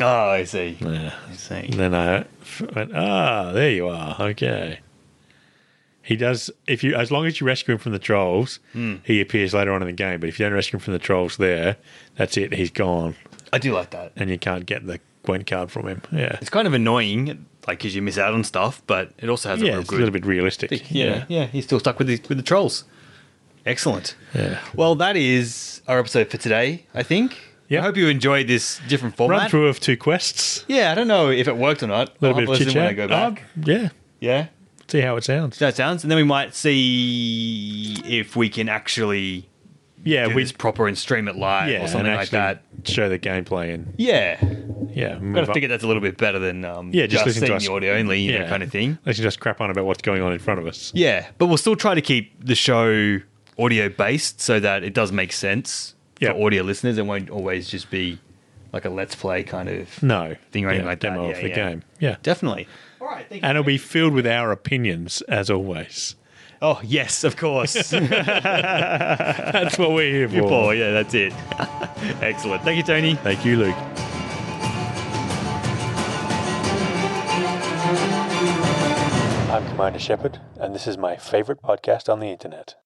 Oh, I see.
Yeah.
I see.
And then I f- went, ah, there you are. Okay. He does if you as long as you rescue him from the trolls,
Hmm.
he appears later on in the game. But if you don't rescue him from the trolls, there, that's it. He's gone,
I do like that.
and you can't get the Gwent card from him. Yeah,
It's kind of annoying, like because you miss out on stuff, but it also has a
yeah,
real
it's a
good.
little bit realistic.
yeah, yeah, he's still stuck with the with the trolls. Excellent.
yeah.
Well, that is our episode for today. I think.
Yeah.
I hope you enjoyed this different format.
Run through of two quests,
Yeah, I don't know if it worked or not.
a little
I'll have
bit of
a
chit
listen when I
chat.
go back.
yeah,
yeah.
see how it sounds.
that sounds. And then we might see if we can actually
yeah,
do
we
this proper and stream it live
yeah,
or something
and
like
actually
that.
Show the gameplay and
Yeah,
yeah,
got to figure that's a little bit better than um,
Yeah,
just,
just listen to
seeing
us.
the audio only, you know,
Yeah.
kind of thing.
Let's just crap on about what's going on in front of us.
Yeah, but we'll still try to keep the show audio based so that it does make sense
Yeah.
for audio listeners. It won't always just be like a let's play kind of
No,
thing or
yeah,
anything like that.
demo
Yeah,
of the
yeah.
game. Yeah,
Definitely. All right. Thank
and it'll be filled with our opinions as always.
Oh yes, of course.
That's what we're here for.
Paul, yeah, that's it. Excellent. Thank you, Tony.
Thank you, Luke. I'm Commander Shepard, and this is my favorite podcast on the internet.